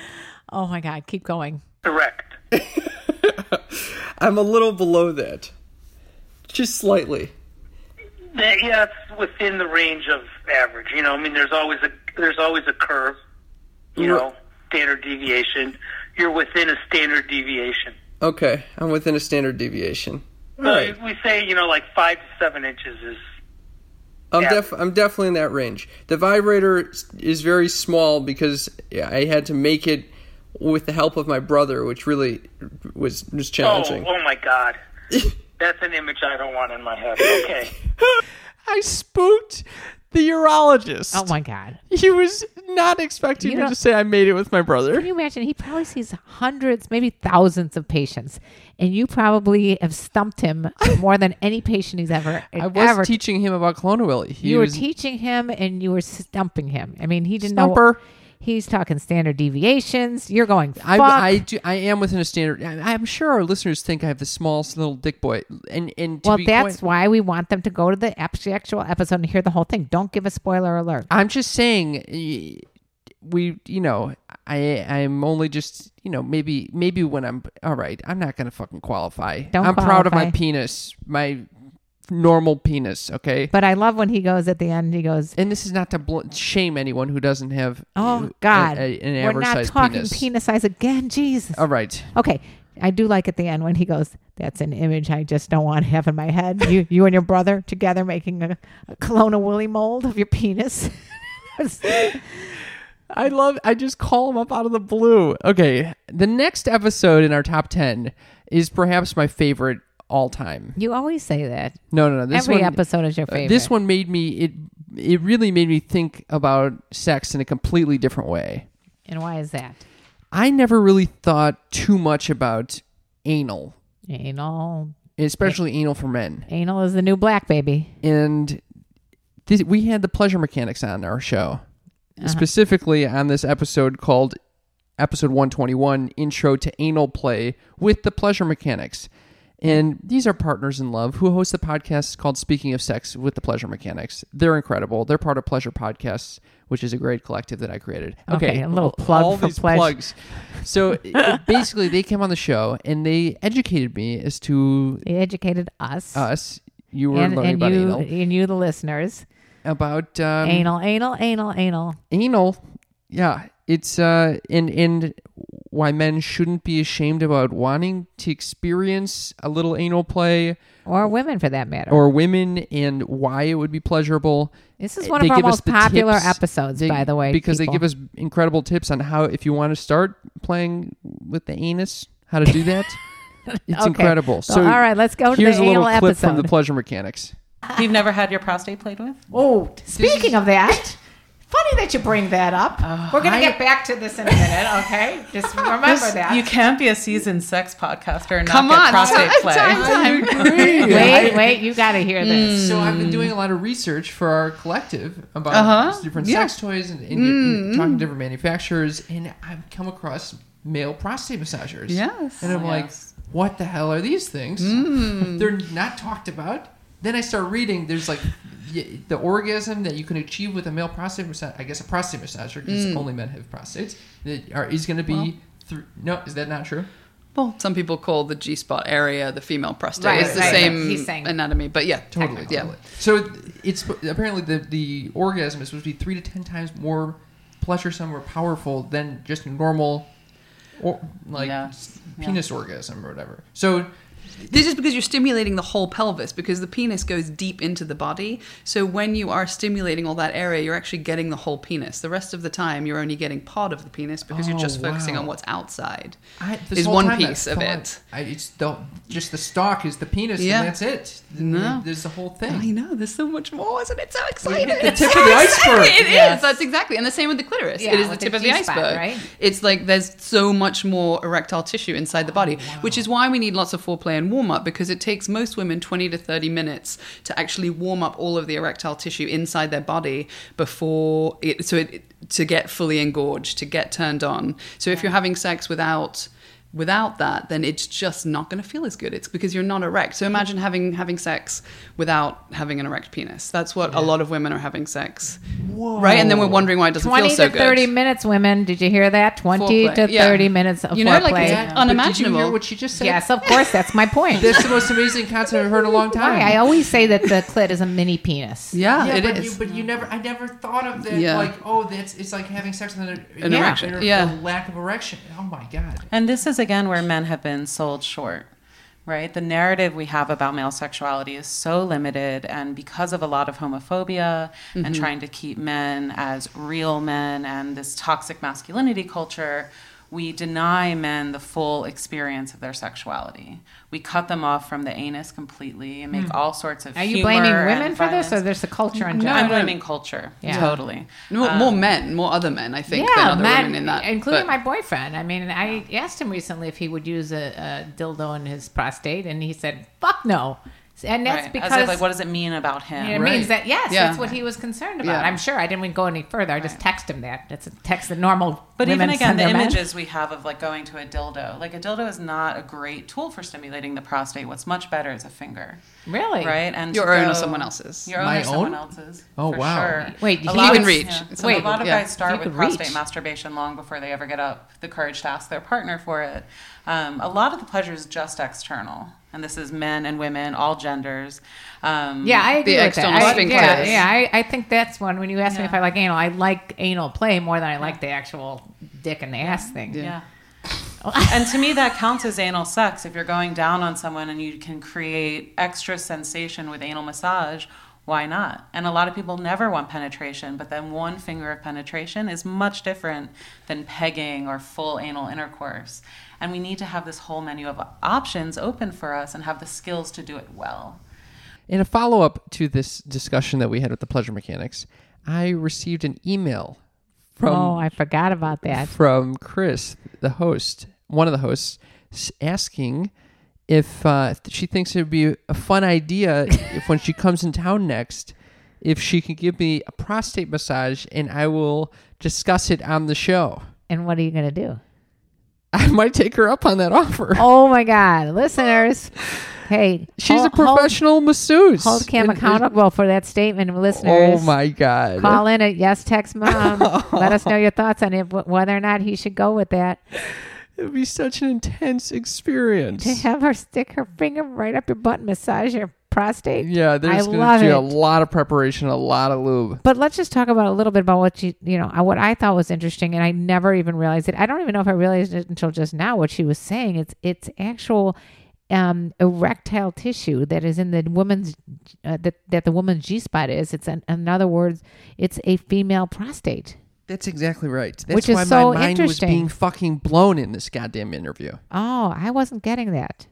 [SPEAKER 2] Oh my God, keep going.
[SPEAKER 7] Correct.
[SPEAKER 9] I'm a little below that. Just slightly.
[SPEAKER 7] That- Yeah, it's within the range of average. You know, I mean, there's always a there's always a curve. You know, standard deviation. You're within a standard deviation.
[SPEAKER 9] Okay, I'm within a standard deviation. All
[SPEAKER 7] So
[SPEAKER 9] right.
[SPEAKER 7] we say you know like five to seven inches is
[SPEAKER 9] I'm def- I'm definitely in that range. The vibrator s- is very small because yeah, I had to make it with the help of my brother, which really was was
[SPEAKER 7] oh
[SPEAKER 9] challenging.
[SPEAKER 7] oh my
[SPEAKER 9] [LAUGHS]
[SPEAKER 7] god. That's an image I don't want in my head. Okay.
[SPEAKER 1] I spooked the urologist.
[SPEAKER 2] Oh my God.
[SPEAKER 1] He was not expecting
[SPEAKER 2] You
[SPEAKER 1] me
[SPEAKER 2] know-
[SPEAKER 1] to say I made it with my
[SPEAKER 2] Can
[SPEAKER 1] brother.
[SPEAKER 2] you imagine? He probably sees hundreds, maybe thousands of patients, and you probably have
[SPEAKER 1] [LAUGHS]
[SPEAKER 2] stumped him more than any patient he's ever,
[SPEAKER 1] I was
[SPEAKER 2] ever.
[SPEAKER 1] teaching him about Clonawilly. He
[SPEAKER 2] you were
[SPEAKER 1] was
[SPEAKER 2] teaching him and you were stumping him. I mean, he didn't know.
[SPEAKER 1] Stumper.
[SPEAKER 2] He's talking standard deviations. You're going fuck.
[SPEAKER 1] I, I do. I am within a standard. I, I'm sure our listeners think I have the smallest little dick boy, and and to
[SPEAKER 2] well,
[SPEAKER 1] be
[SPEAKER 2] that's
[SPEAKER 1] quite-
[SPEAKER 2] why we want them to go to the abs- actual episode and hear the whole thing. Don't give a spoiler alert.
[SPEAKER 1] I'm just saying, y- we, you know, I, I'm only just, you know, maybe, maybe when I'm, all right, I'm not gonna fucking qualify.
[SPEAKER 2] Don't
[SPEAKER 1] I'm proud of my
[SPEAKER 2] qualify.
[SPEAKER 1] penis, my normal penis. Okay,
[SPEAKER 2] But I love when he goes at the end. He goes,
[SPEAKER 1] and this is not to bl- shame anyone who doesn't have.
[SPEAKER 2] "Oh
[SPEAKER 1] a-
[SPEAKER 2] God,
[SPEAKER 1] a- an
[SPEAKER 2] we're
[SPEAKER 1] average
[SPEAKER 2] not
[SPEAKER 1] sized
[SPEAKER 2] talking
[SPEAKER 1] penis.
[SPEAKER 2] penis. size again." Jesus.
[SPEAKER 1] All right,
[SPEAKER 2] Okay, I do like at the end when he goes, "That's an image I just don't want to have in my head." You, you and your brother together making a, a Kelowna Willy mold of your penis.
[SPEAKER 1] [LAUGHS] I love. I just call him up out of the blue. Okay, the next episode in our top ten is perhaps my favorite all time.
[SPEAKER 2] you always say that.
[SPEAKER 1] No, no, no. This
[SPEAKER 2] Every
[SPEAKER 1] one,
[SPEAKER 2] episode is your
[SPEAKER 1] uh,
[SPEAKER 2] favorite.
[SPEAKER 1] This one made me it. It really made me think about sex in a completely different way.
[SPEAKER 2] and why is that?
[SPEAKER 1] I never really thought too much about anal,
[SPEAKER 2] Anal,
[SPEAKER 1] especially anal for men.
[SPEAKER 2] anal is the new black baby.
[SPEAKER 1] And this, we had the pleasure mechanics on our show,
[SPEAKER 2] Uh-huh.
[SPEAKER 1] specifically on this episode called episode 121 intro to anal play with the pleasure mechanics and these are partners in love who host the podcast called speaking of sex with the pleasure mechanics they're incredible they're part of pleasure podcasts which is a great collective that i created okay,
[SPEAKER 2] Okay, a little plug
[SPEAKER 1] all
[SPEAKER 2] for
[SPEAKER 1] these
[SPEAKER 2] Pleasure.
[SPEAKER 1] plugs
[SPEAKER 2] [LAUGHS]
[SPEAKER 1] so it- basically they came on the show and they educated me as to
[SPEAKER 2] They educated us
[SPEAKER 1] us you were
[SPEAKER 2] and,
[SPEAKER 1] learning
[SPEAKER 2] and
[SPEAKER 1] about
[SPEAKER 2] you
[SPEAKER 1] anal
[SPEAKER 2] and you, the listeners.
[SPEAKER 1] about um,
[SPEAKER 2] anal, anal, anal, anal.
[SPEAKER 1] anal yeah it's uh and and why men shouldn't be ashamed about wanting to experience a little anal play
[SPEAKER 2] Or women, for that matter.
[SPEAKER 1] or women and why it would be pleasurable
[SPEAKER 2] This is
[SPEAKER 1] Eh,
[SPEAKER 2] one
[SPEAKER 1] they
[SPEAKER 2] of our
[SPEAKER 1] give us
[SPEAKER 2] most
[SPEAKER 1] the
[SPEAKER 2] popular
[SPEAKER 1] tips.
[SPEAKER 2] episodes,
[SPEAKER 1] They-
[SPEAKER 2] by the way,
[SPEAKER 1] because
[SPEAKER 2] people.
[SPEAKER 1] they give us incredible tips on how if you want to start playing with the anus how to do
[SPEAKER 2] [LAUGHS]
[SPEAKER 1] that it's
[SPEAKER 2] Okay.
[SPEAKER 1] incredible
[SPEAKER 2] So,
[SPEAKER 1] so
[SPEAKER 2] all right, let's go to the
[SPEAKER 1] here's a little
[SPEAKER 2] anal
[SPEAKER 1] clip from
[SPEAKER 2] episode.
[SPEAKER 1] the pleasure mechanics
[SPEAKER 6] [LAUGHS] You've never had your prostate played with?
[SPEAKER 2] Oh, speaking of that, funny that you bring that up.
[SPEAKER 6] Oh,
[SPEAKER 2] We're going to get back to this in a minute, okay? [LAUGHS] Just remember
[SPEAKER 6] This-
[SPEAKER 2] that.
[SPEAKER 6] You can't be a seasoned sex podcaster and
[SPEAKER 2] Come
[SPEAKER 6] not
[SPEAKER 2] on,
[SPEAKER 6] get prostate
[SPEAKER 2] time,
[SPEAKER 6] play.
[SPEAKER 2] time, wait, wait, you got to hear this.
[SPEAKER 11] Hmm.
[SPEAKER 1] So I've been doing a lot of research for our collective about
[SPEAKER 11] Uh-huh.
[SPEAKER 1] different sex toys and, and, and
[SPEAKER 11] Hmm,
[SPEAKER 1] talking to different manufacturers, and I've come across male prostate massagers.
[SPEAKER 6] Yes.
[SPEAKER 1] and I'm
[SPEAKER 2] Oh,
[SPEAKER 1] like, what the hell are these things?
[SPEAKER 11] Hmm.
[SPEAKER 1] [LAUGHS] They're not talked about. Then I start reading. There's like y- the orgasm that you can achieve with a male prostate massage. I guess a prostate massager, because
[SPEAKER 11] Hmm.
[SPEAKER 1] only men have prostates. That are is going to be. thr- no, is that not true?
[SPEAKER 11] Well, some people call the G spot area the female prostate.
[SPEAKER 2] Right,
[SPEAKER 11] it's the
[SPEAKER 2] right, right.
[SPEAKER 11] same
[SPEAKER 2] He's saying-
[SPEAKER 11] anatomy, but yeah,
[SPEAKER 1] Totally,
[SPEAKER 11] yeah.
[SPEAKER 1] totally. So th- it's sp- apparently the the orgasm is supposed to be three to ten times more pleasuresome or powerful than just normal, or like
[SPEAKER 6] Yeah.
[SPEAKER 1] s- penis orgasm or whatever. So
[SPEAKER 11] This is because you're stimulating the whole pelvis because the penis goes deep into the body. So when you are stimulating all that area, you're actually getting the whole penis. The rest of the time, you're only getting part of the penis because you're
[SPEAKER 1] Oh,
[SPEAKER 11] just focusing
[SPEAKER 1] wow.
[SPEAKER 11] on what's outside.
[SPEAKER 1] I, this
[SPEAKER 11] is
[SPEAKER 1] whole
[SPEAKER 11] one
[SPEAKER 1] time I
[SPEAKER 11] piece of
[SPEAKER 1] thought-
[SPEAKER 11] it.
[SPEAKER 1] I, it's the just the stalk is the penis
[SPEAKER 11] Yeah.
[SPEAKER 1] and that's it. Th-
[SPEAKER 11] No.
[SPEAKER 1] there's the whole
[SPEAKER 11] I
[SPEAKER 1] thing.
[SPEAKER 11] know. There's so much more, isn't it? So
[SPEAKER 1] You
[SPEAKER 11] exciting.
[SPEAKER 1] hit the
[SPEAKER 11] It's
[SPEAKER 1] tip
[SPEAKER 11] so
[SPEAKER 1] of the
[SPEAKER 11] exciting. [LAUGHS]
[SPEAKER 1] iceberg.
[SPEAKER 11] It is.
[SPEAKER 6] Yes.
[SPEAKER 11] That's exactly. And the same with the clitoris.
[SPEAKER 2] Yeah,
[SPEAKER 11] it is the
[SPEAKER 2] with
[SPEAKER 11] tip
[SPEAKER 2] the
[SPEAKER 11] of the
[SPEAKER 2] G-spot,
[SPEAKER 11] iceberg.
[SPEAKER 2] right?
[SPEAKER 11] It's like there's so much more erectile tissue inside the body,
[SPEAKER 2] Oh,
[SPEAKER 11] which is why we need lots of foreplay and warm up because it takes most women 20 to 30 minutes to actually warm up all of the erectile tissue inside their body before it. So it to get fully engorged, to get turned on. So if you're having sex without without that then it's just not going to feel as good it's because you're not erect so imagine having having sex without having an erect penis that's what a lot of women are having sex right and then we're wondering why it doesn't
[SPEAKER 2] 20
[SPEAKER 11] feel so
[SPEAKER 2] to 30
[SPEAKER 11] good
[SPEAKER 2] minutes, women. Did you hear that? 20
[SPEAKER 11] Foreplay,
[SPEAKER 2] to
[SPEAKER 11] yeah.
[SPEAKER 2] 30 minutes of
[SPEAKER 11] You know, like, yeah.
[SPEAKER 1] But
[SPEAKER 2] foreplay.
[SPEAKER 1] Did you hear
[SPEAKER 11] Unimaginable.
[SPEAKER 1] what she just said?
[SPEAKER 2] Yes, [LAUGHS] of course. That's my point.
[SPEAKER 1] That's the most amazing concept I've heard in a long time.
[SPEAKER 2] Why? I always say that the clit is a mini penis.
[SPEAKER 11] yeah,
[SPEAKER 1] yeah,
[SPEAKER 11] it is.
[SPEAKER 1] but you but you never I never thought of that
[SPEAKER 11] Yeah.
[SPEAKER 1] like oh that's it's like having sex with an,
[SPEAKER 11] An erection. Yeah.
[SPEAKER 1] a lack of erection. Oh my god.
[SPEAKER 6] And this is again where men have been sold short, right? The narrative we have about male sexuality is so limited, and because of a lot of homophobia
[SPEAKER 2] Mm-hmm.
[SPEAKER 6] and trying to keep men as real men and this toxic masculinity culture, we deny men the full experience of their sexuality. We cut them off from the anus completely and make all sorts of.
[SPEAKER 2] Hmm. Are you
[SPEAKER 6] humor
[SPEAKER 2] blaming
[SPEAKER 6] and
[SPEAKER 2] women for this, or
[SPEAKER 6] violence.
[SPEAKER 2] there's a culture in
[SPEAKER 6] No,
[SPEAKER 2] general?
[SPEAKER 6] I'm blaming culture.
[SPEAKER 2] Yeah.
[SPEAKER 6] Totally. Um,
[SPEAKER 11] more, more
[SPEAKER 2] Um,
[SPEAKER 11] men more other men i think than other
[SPEAKER 2] men,
[SPEAKER 11] women in that
[SPEAKER 2] including
[SPEAKER 11] but-
[SPEAKER 2] my boyfriend. I mean, I asked him recently if he would use a, a dildo in his prostate, and he said, "Fuck no." and that's
[SPEAKER 6] Right.
[SPEAKER 2] because
[SPEAKER 6] As if, like, what does it mean about him?
[SPEAKER 2] It means that yes,
[SPEAKER 6] Yeah.
[SPEAKER 2] that's what he was concerned about.
[SPEAKER 6] Yeah.
[SPEAKER 2] I'm sure I didn't even go any further. I just text him that. That's a text that normal
[SPEAKER 6] But
[SPEAKER 2] women
[SPEAKER 6] even again,
[SPEAKER 2] send
[SPEAKER 6] the
[SPEAKER 2] their men.
[SPEAKER 6] images we have of like going to a dildo, like a dildo is not a great tool for stimulating the prostate. What's much better is a finger.
[SPEAKER 2] Really?
[SPEAKER 6] Right? And to
[SPEAKER 11] Your own or
[SPEAKER 6] go-
[SPEAKER 11] someone else's?
[SPEAKER 6] Your own
[SPEAKER 11] My
[SPEAKER 6] or
[SPEAKER 11] own?
[SPEAKER 6] someone else's.
[SPEAKER 11] Oh,
[SPEAKER 6] for
[SPEAKER 11] wow.
[SPEAKER 6] Sure.
[SPEAKER 11] Wait,
[SPEAKER 6] a
[SPEAKER 11] he
[SPEAKER 6] lot
[SPEAKER 11] can
[SPEAKER 6] of-
[SPEAKER 11] reach.
[SPEAKER 6] yeah.
[SPEAKER 11] It's
[SPEAKER 6] So a lot
[SPEAKER 11] unbelievable.
[SPEAKER 6] of
[SPEAKER 11] Yeah.
[SPEAKER 6] guys start
[SPEAKER 11] You
[SPEAKER 6] with
[SPEAKER 11] could reach.
[SPEAKER 6] prostate masturbation long before they ever get up the courage to ask their partner for it. Um, a lot of the pleasure is just external. And this is men and women, all genders. Um,
[SPEAKER 2] Yeah, I agree with that. I- yeah,
[SPEAKER 6] sphincter.
[SPEAKER 2] yeah, I, I think that's one. When you ask me if I like anal, I like anal play more than I like the actual dick and the ass thing.
[SPEAKER 6] Yeah. [LAUGHS] and to me, that counts as anal sex. If you're going down on someone and you can create extra sensation with anal massage, why not? And a lot of people never want penetration, but then one finger of penetration is much different than pegging or full anal intercourse. And we need to have this whole menu of options open for us and have the skills to do it well.
[SPEAKER 1] In a follow up to this discussion that we had with the pleasure mechanics, I received an email from
[SPEAKER 2] oh, I forgot about that.
[SPEAKER 1] from Chris, the host, one of the hosts, s- asking if uh, if she thinks it would be a fun idea if
[SPEAKER 2] [LAUGHS]
[SPEAKER 1] when she comes in town next, if she can give me a prostate massage and I will discuss it on the show.
[SPEAKER 2] And what are you going to do?
[SPEAKER 1] [LAUGHS] I might take her up on that offer.
[SPEAKER 2] Oh my
[SPEAKER 1] [LAUGHS]
[SPEAKER 2] God, listeners! Hey,
[SPEAKER 1] She's
[SPEAKER 2] hol-
[SPEAKER 1] a professional masseuse.
[SPEAKER 2] Hold, hold Cam
[SPEAKER 1] And-
[SPEAKER 2] accountable for that statement, listeners.
[SPEAKER 1] Oh my god!
[SPEAKER 2] Call in at Yes
[SPEAKER 1] [LAUGHS]
[SPEAKER 2] Text Mom. Let us know your thoughts on if, whether or not he should go with
[SPEAKER 1] [LAUGHS]
[SPEAKER 2] that.
[SPEAKER 1] It would be such an intense experience.
[SPEAKER 2] To have her stick her finger right up your butt and massage your prostate.
[SPEAKER 1] Yeah, there's
[SPEAKER 2] I
[SPEAKER 1] going
[SPEAKER 2] love
[SPEAKER 1] to be a
[SPEAKER 2] it.
[SPEAKER 1] lot of preparation, a lot of lube.
[SPEAKER 2] But let's just talk about a little bit about what you you know uh, what I thought was interesting, and I never even realized it. I don't even know if I realized it until just now what she was saying. It's it's actual um, erectile tissue that is in the woman's uh, that that the woman's G spot is. It's an, in other words, it's a female prostate.
[SPEAKER 1] That's exactly right. That's
[SPEAKER 2] Which is
[SPEAKER 1] why
[SPEAKER 2] so
[SPEAKER 1] my mind was
[SPEAKER 2] interesting.
[SPEAKER 1] being fucking blown in this goddamn
[SPEAKER 2] [LAUGHS]
[SPEAKER 1] interview.
[SPEAKER 2] Oh, I wasn't getting that.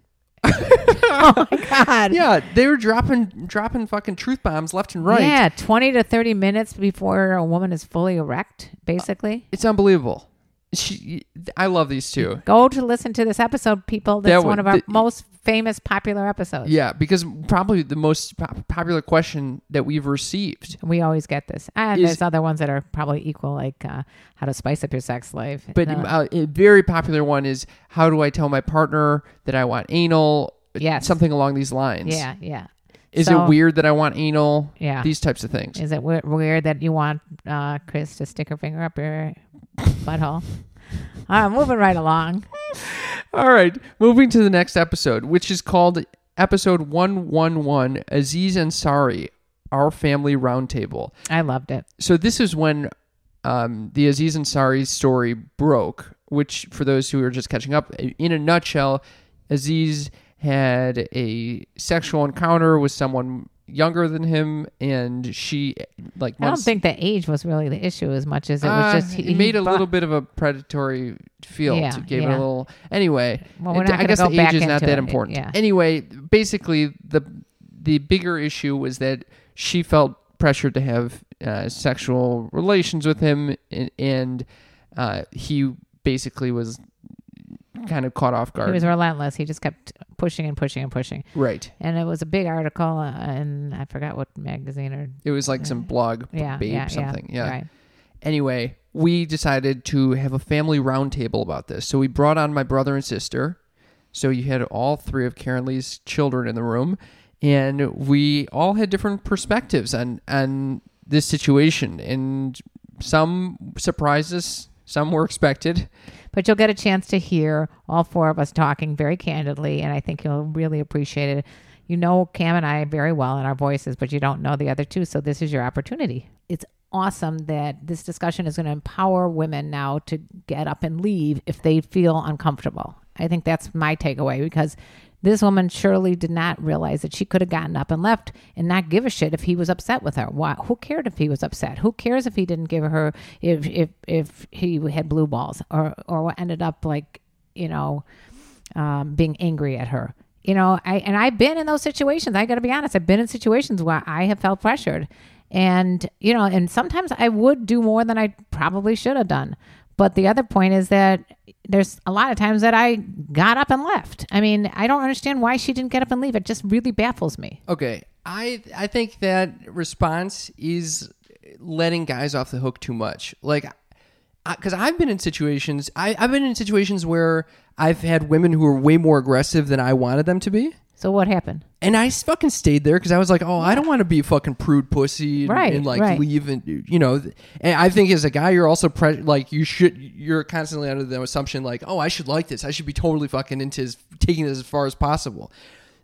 [SPEAKER 1] Yeah, they were dropping dropping fucking truth bombs left and right.
[SPEAKER 2] Yeah, twenty to thirty minutes before a woman is fully erect, basically.
[SPEAKER 1] It's unbelievable. She, I love these two.
[SPEAKER 2] Go to listen to this episode, people.
[SPEAKER 1] That
[SPEAKER 2] That's
[SPEAKER 1] would-
[SPEAKER 2] one of our
[SPEAKER 1] th-
[SPEAKER 2] most famous popular episodes.
[SPEAKER 1] Yeah, because probably the most pop- popular question that we've received.
[SPEAKER 2] We always get this. And
[SPEAKER 1] Is-
[SPEAKER 2] there's other ones that are probably equal, like uh, how to spice up your sex life.
[SPEAKER 1] But
[SPEAKER 2] No.
[SPEAKER 1] uh, a very popular one is how do I tell my partner that I want anal?
[SPEAKER 2] Yes.
[SPEAKER 1] Something along these lines.
[SPEAKER 2] yeah, yeah.
[SPEAKER 1] Is
[SPEAKER 2] So,
[SPEAKER 1] it weird that I want anal?
[SPEAKER 2] Yeah.
[SPEAKER 1] These types of things.
[SPEAKER 2] Is it we- weird that you want uh, Chris to stick her finger up your
[SPEAKER 1] [LAUGHS]
[SPEAKER 2] butthole? Uh, moving right along.
[SPEAKER 1] All right, moving to the next episode, which is called Episode 111 Aziz Ansari, Our Family Roundtable.
[SPEAKER 2] I loved it.
[SPEAKER 1] So, this is when um, the Aziz Ansari story broke, which, for those who are just catching up, in a nutshell, Aziz had a sexual encounter with someone younger than him, and she, like,
[SPEAKER 2] I don't
[SPEAKER 1] months-
[SPEAKER 2] think the age was really the issue as much as it was
[SPEAKER 1] Uh,
[SPEAKER 2] just he,
[SPEAKER 1] it made
[SPEAKER 2] he
[SPEAKER 1] a
[SPEAKER 2] brought-
[SPEAKER 1] little bit of a predatory feel.
[SPEAKER 2] Yeah,
[SPEAKER 1] to gave it a
[SPEAKER 2] yeah.
[SPEAKER 1] little. Anyway,
[SPEAKER 2] Well,
[SPEAKER 1] it-
[SPEAKER 2] we're not
[SPEAKER 1] I
[SPEAKER 2] gonna
[SPEAKER 1] guess
[SPEAKER 2] go
[SPEAKER 1] the
[SPEAKER 2] back
[SPEAKER 1] age is not
[SPEAKER 2] into
[SPEAKER 1] that
[SPEAKER 2] it,
[SPEAKER 1] important.
[SPEAKER 2] yeah.
[SPEAKER 1] Anyway, basically the the bigger issue was that she felt pressured to have uh, sexual relations with him, and, and uh, he basically was kind of caught off guard.
[SPEAKER 2] He was relentless. He just kept pushing and pushing and pushing.
[SPEAKER 1] Right.
[SPEAKER 2] And it was a big article, uh, and I forgot what magazine or uh,
[SPEAKER 1] It was like some blog,
[SPEAKER 2] Yeah,
[SPEAKER 1] babe,
[SPEAKER 2] yeah, yeah,
[SPEAKER 1] something. Yeah.
[SPEAKER 2] right.
[SPEAKER 1] Anyway, we decided to have a family roundtable about this. So we brought on my brother and sister. So you had all three of Karen Lee's children in the room, and we all had different perspectives on on this situation. And some surprised us, some were expected.
[SPEAKER 2] But you'll get a chance to hear all four of us talking very candidly, and I think you'll really appreciate it. You know Cam and I very well in our voices, but you don't know the other two, so this is your opportunity. It's awesome that this discussion is going to empower women now to get up and leave if they feel uncomfortable. I think that's my takeaway because this woman surely did not realize that she could have gotten up and left and not give a shit if he was upset with her. Why? Who cared if he was upset? Who cares if he didn't give her if if if he had blue balls or or ended up like you know um, being angry at her. You know, I and I've been in those situations. I got to be honest. I've been in situations where I have felt pressured, and you know, and sometimes I would do more than I probably should have done. But the other point is that there's a lot of times that I got up and left. I mean, I don't understand why she didn't get up and leave. It just really baffles me.
[SPEAKER 1] Okay, I I think that response is letting guys off the hook too much. Like, because I've been in situations, I, I've been in situations where I've had women who were way more aggressive than I wanted them to be.
[SPEAKER 2] So what happened?
[SPEAKER 1] And I s- fucking stayed there because I was like, oh, I don't want to be a fucking prude pussy and,
[SPEAKER 2] Right,
[SPEAKER 1] and like
[SPEAKER 2] right.
[SPEAKER 1] leave and you know. th- And I think as a guy, you're also pre- like you should you're constantly under the assumption like, oh, I should like this. I should be totally fucking into his, taking this as far as possible.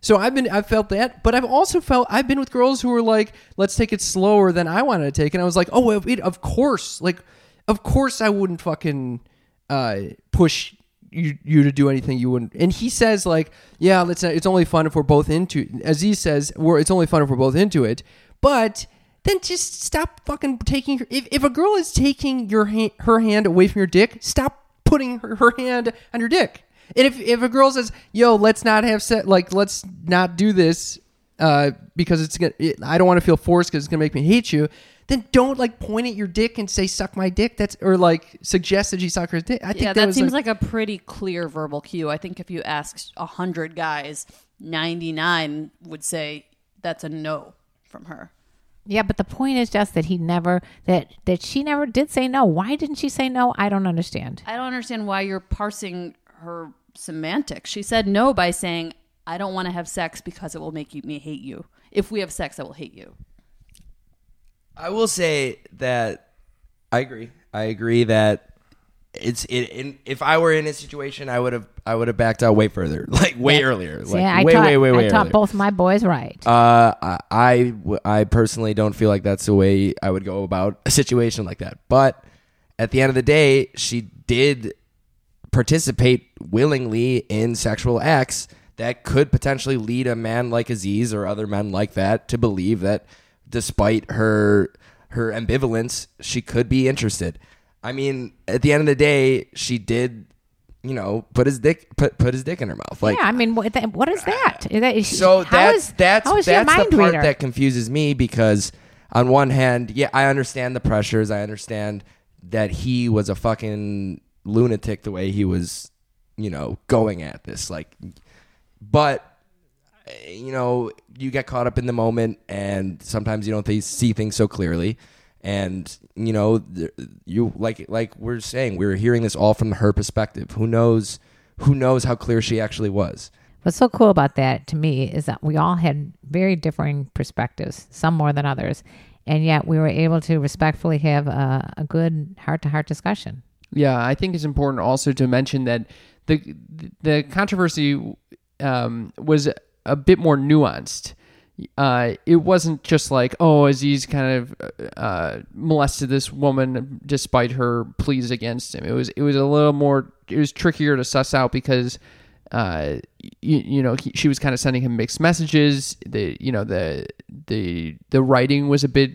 [SPEAKER 1] So I've been I've felt that, but I've also felt I've been with girls who were like, let's take it slower than I wanted to take, and I was like, oh, of it, of course, like, of course I wouldn't fucking uh, push you you to do anything you wouldn't. And he says like, yeah, let's. It's only fun if we're both into. Aziz says, we're, it's only fun if we're both into it. But then just stop fucking taking. Her, if if a girl is taking your ha- her hand away from your dick, stop putting her, her hand on your dick. And if if a girl says, yo, let's not have sex. Like let's not do this. Uh, because it's gonna, it, I don't want to feel forced because it's gonna make me hate you. Then don't like point at your dick and say suck my dick. That's or like suggest that she suck her dick. I think
[SPEAKER 12] yeah,
[SPEAKER 1] that,
[SPEAKER 12] that
[SPEAKER 1] was,
[SPEAKER 12] seems like, a pretty clear verbal cue. I think if you asked hundred guys, ninety nine would say that's a no from her.
[SPEAKER 2] Yeah, but the point is just that he never that that she never did say no. Why didn't she say no? I don't understand.
[SPEAKER 12] I don't understand why you're parsing her semantics. She said no by saying, "I don't want to have sex because it will make you, me hate you. If we have sex, I will hate you."
[SPEAKER 10] I will say that I agree. I agree that it's it, in, if I were in a situation, I would have I would have backed out way further, [LAUGHS] like way earlier,
[SPEAKER 2] See,
[SPEAKER 10] like
[SPEAKER 2] I
[SPEAKER 10] way,
[SPEAKER 2] taught,
[SPEAKER 10] way way way
[SPEAKER 2] I taught
[SPEAKER 10] earlier.
[SPEAKER 2] both my boys right.
[SPEAKER 10] Uh, I- I, w- I personally don't feel like that's the way I would go about a situation like that. But at the end of the day, she did participate willingly in sexual acts that could potentially lead a man like Aziz or other men like that to believe that despite her her ambivalence, she could be interested. I mean, at the end of the day, she did, you know, put his dick put put his dick in her mouth. Like uh,
[SPEAKER 2] yeah, I mean, what, that, what is that? Is that is she,
[SPEAKER 10] so
[SPEAKER 2] how
[SPEAKER 10] that's
[SPEAKER 2] is-
[SPEAKER 10] that's
[SPEAKER 2] how is she a
[SPEAKER 10] that's
[SPEAKER 2] mind
[SPEAKER 10] the part
[SPEAKER 2] reader?
[SPEAKER 10] that confuses me because on one hand, yeah, I understand the pressures. I understand that he was a fucking lunatic the way he was, you know, going at this. Like, but eh, you know, you get caught up in the moment, and sometimes you don't th- see things so clearly. And you know, th- you like like we're saying, we're hearing this all from her perspective. Who knows? Who knows how clear she actually was?
[SPEAKER 2] What's so cool about that to me is that we all had very differing perspectives, some more than others, and yet we were able to respectfully have a, a good heart-to-heart discussion.
[SPEAKER 1] Yeah, I think it's important also to mention that the the controversy um, was a bit more nuanced. Uh, it wasn't just like, oh, Aziz kind of uh, molested this woman despite her pleas against him. It was it was a little more it was trickier to suss out because uh, you, you know he, she was kind of sending him mixed messages. The you know the the the writing was a bit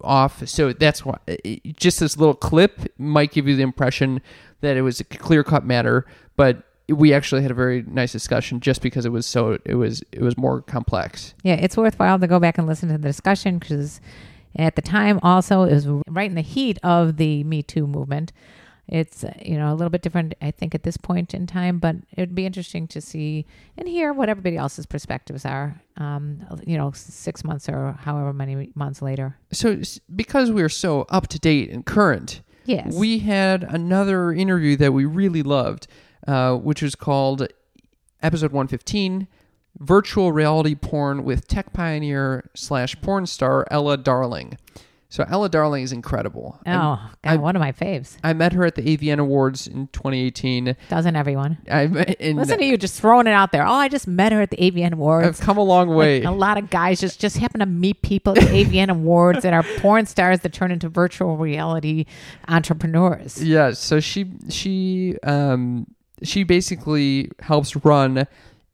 [SPEAKER 1] off. So that's why it- just this little clip might give you the impression that it was a clear cut matter, but we actually had a very nice discussion just because it was so it was it was more complex.
[SPEAKER 2] Yeah, it's worthwhile to go back and listen to the discussion because at the time, also, it was right in the heat of the Me Too movement. It's, uh, you know, a little bit different, I think, at this point in time, but it'd be interesting to see and hear what everybody else's perspectives are, um, you know, s- six months or however many months later.
[SPEAKER 1] So s- because we're so up to date and current,
[SPEAKER 2] Yes.
[SPEAKER 1] we had another interview that we really loved, uh, which was called episode one fifteen. Virtual reality porn with tech pioneer slash porn star Ella Darling. So Ella Darling is incredible.
[SPEAKER 2] Oh, God, one of my faves.
[SPEAKER 1] I met her at the AVN Awards in 2018.
[SPEAKER 2] Doesn't everyone?
[SPEAKER 1] I met- and
[SPEAKER 2] Listen to you just throwing it out there. Oh, I just met her at the AVN Awards.
[SPEAKER 1] I've come a long way.
[SPEAKER 2] a lot of guys just just happen to meet people at the
[SPEAKER 1] [LAUGHS]
[SPEAKER 2] AVN Awards that are porn stars that turn into virtual reality entrepreneurs.
[SPEAKER 1] Yeah, so she she um she basically helps run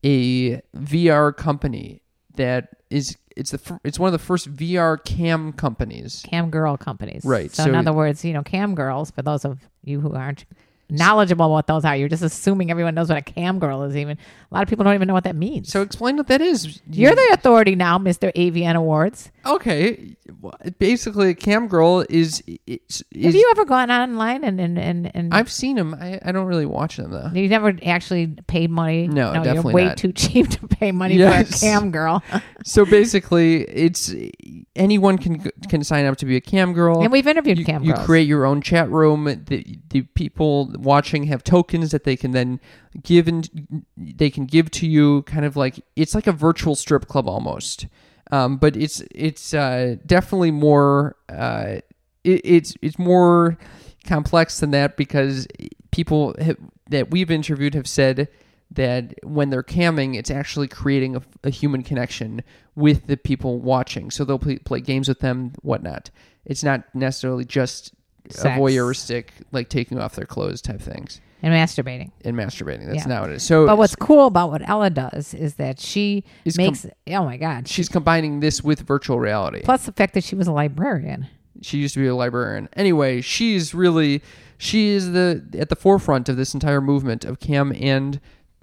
[SPEAKER 1] a VR company that is it's the fir- it's one of the first VR cam companies.
[SPEAKER 2] Cam girl companies.
[SPEAKER 1] Right,
[SPEAKER 2] So,
[SPEAKER 1] so-
[SPEAKER 2] in other words, you know, cam girls, for those of you who aren't knowledgeable what those are. You're just assuming everyone knows what a cam girl is. Even a lot of people don't even know what that means. So
[SPEAKER 1] explain what that is.
[SPEAKER 2] You're the authority now, Mister AVN Awards.
[SPEAKER 1] Okay, well, basically, a cam girl is. is,
[SPEAKER 2] Have
[SPEAKER 1] is-
[SPEAKER 2] you ever gone online and and and, and
[SPEAKER 1] I've seen them. I, I don't really watch them though.
[SPEAKER 2] you never actually paid money?
[SPEAKER 1] No, definitely
[SPEAKER 2] you're way
[SPEAKER 1] not.
[SPEAKER 2] too cheap to pay money
[SPEAKER 1] Yes.
[SPEAKER 2] for a cam girl.
[SPEAKER 1] [LAUGHS] so basically, it's anyone can can sign up to be a cam girl.
[SPEAKER 2] And we've interviewed
[SPEAKER 1] you,
[SPEAKER 2] cam
[SPEAKER 1] You
[SPEAKER 2] girls.
[SPEAKER 1] create your own chat room. The the people watching have tokens that they can then give and they can give to you. Kind of like it's like a virtual strip club almost. Um, but it's it's uh, definitely more uh, it, it's it's more complex than that because people have, that we've interviewed have said that when they're camming, it's actually creating a, a human connection with the people watching. So they'll play, play games with them, whatnot. It's not necessarily just
[SPEAKER 2] Sex.
[SPEAKER 1] a voyeuristic, like taking off their clothes type things
[SPEAKER 2] And masturbating.
[SPEAKER 1] and masturbating. That's
[SPEAKER 2] Yeah.
[SPEAKER 1] not what it is. So,
[SPEAKER 2] but what's cool about what Ella does is that she
[SPEAKER 1] Is com-
[SPEAKER 2] makes. oh my god!
[SPEAKER 1] she's combining this with virtual reality.
[SPEAKER 2] Plus the fact that she was a librarian.
[SPEAKER 1] She used to be a librarian. Anyway, she's really she is the at the forefront of this entire movement of cam and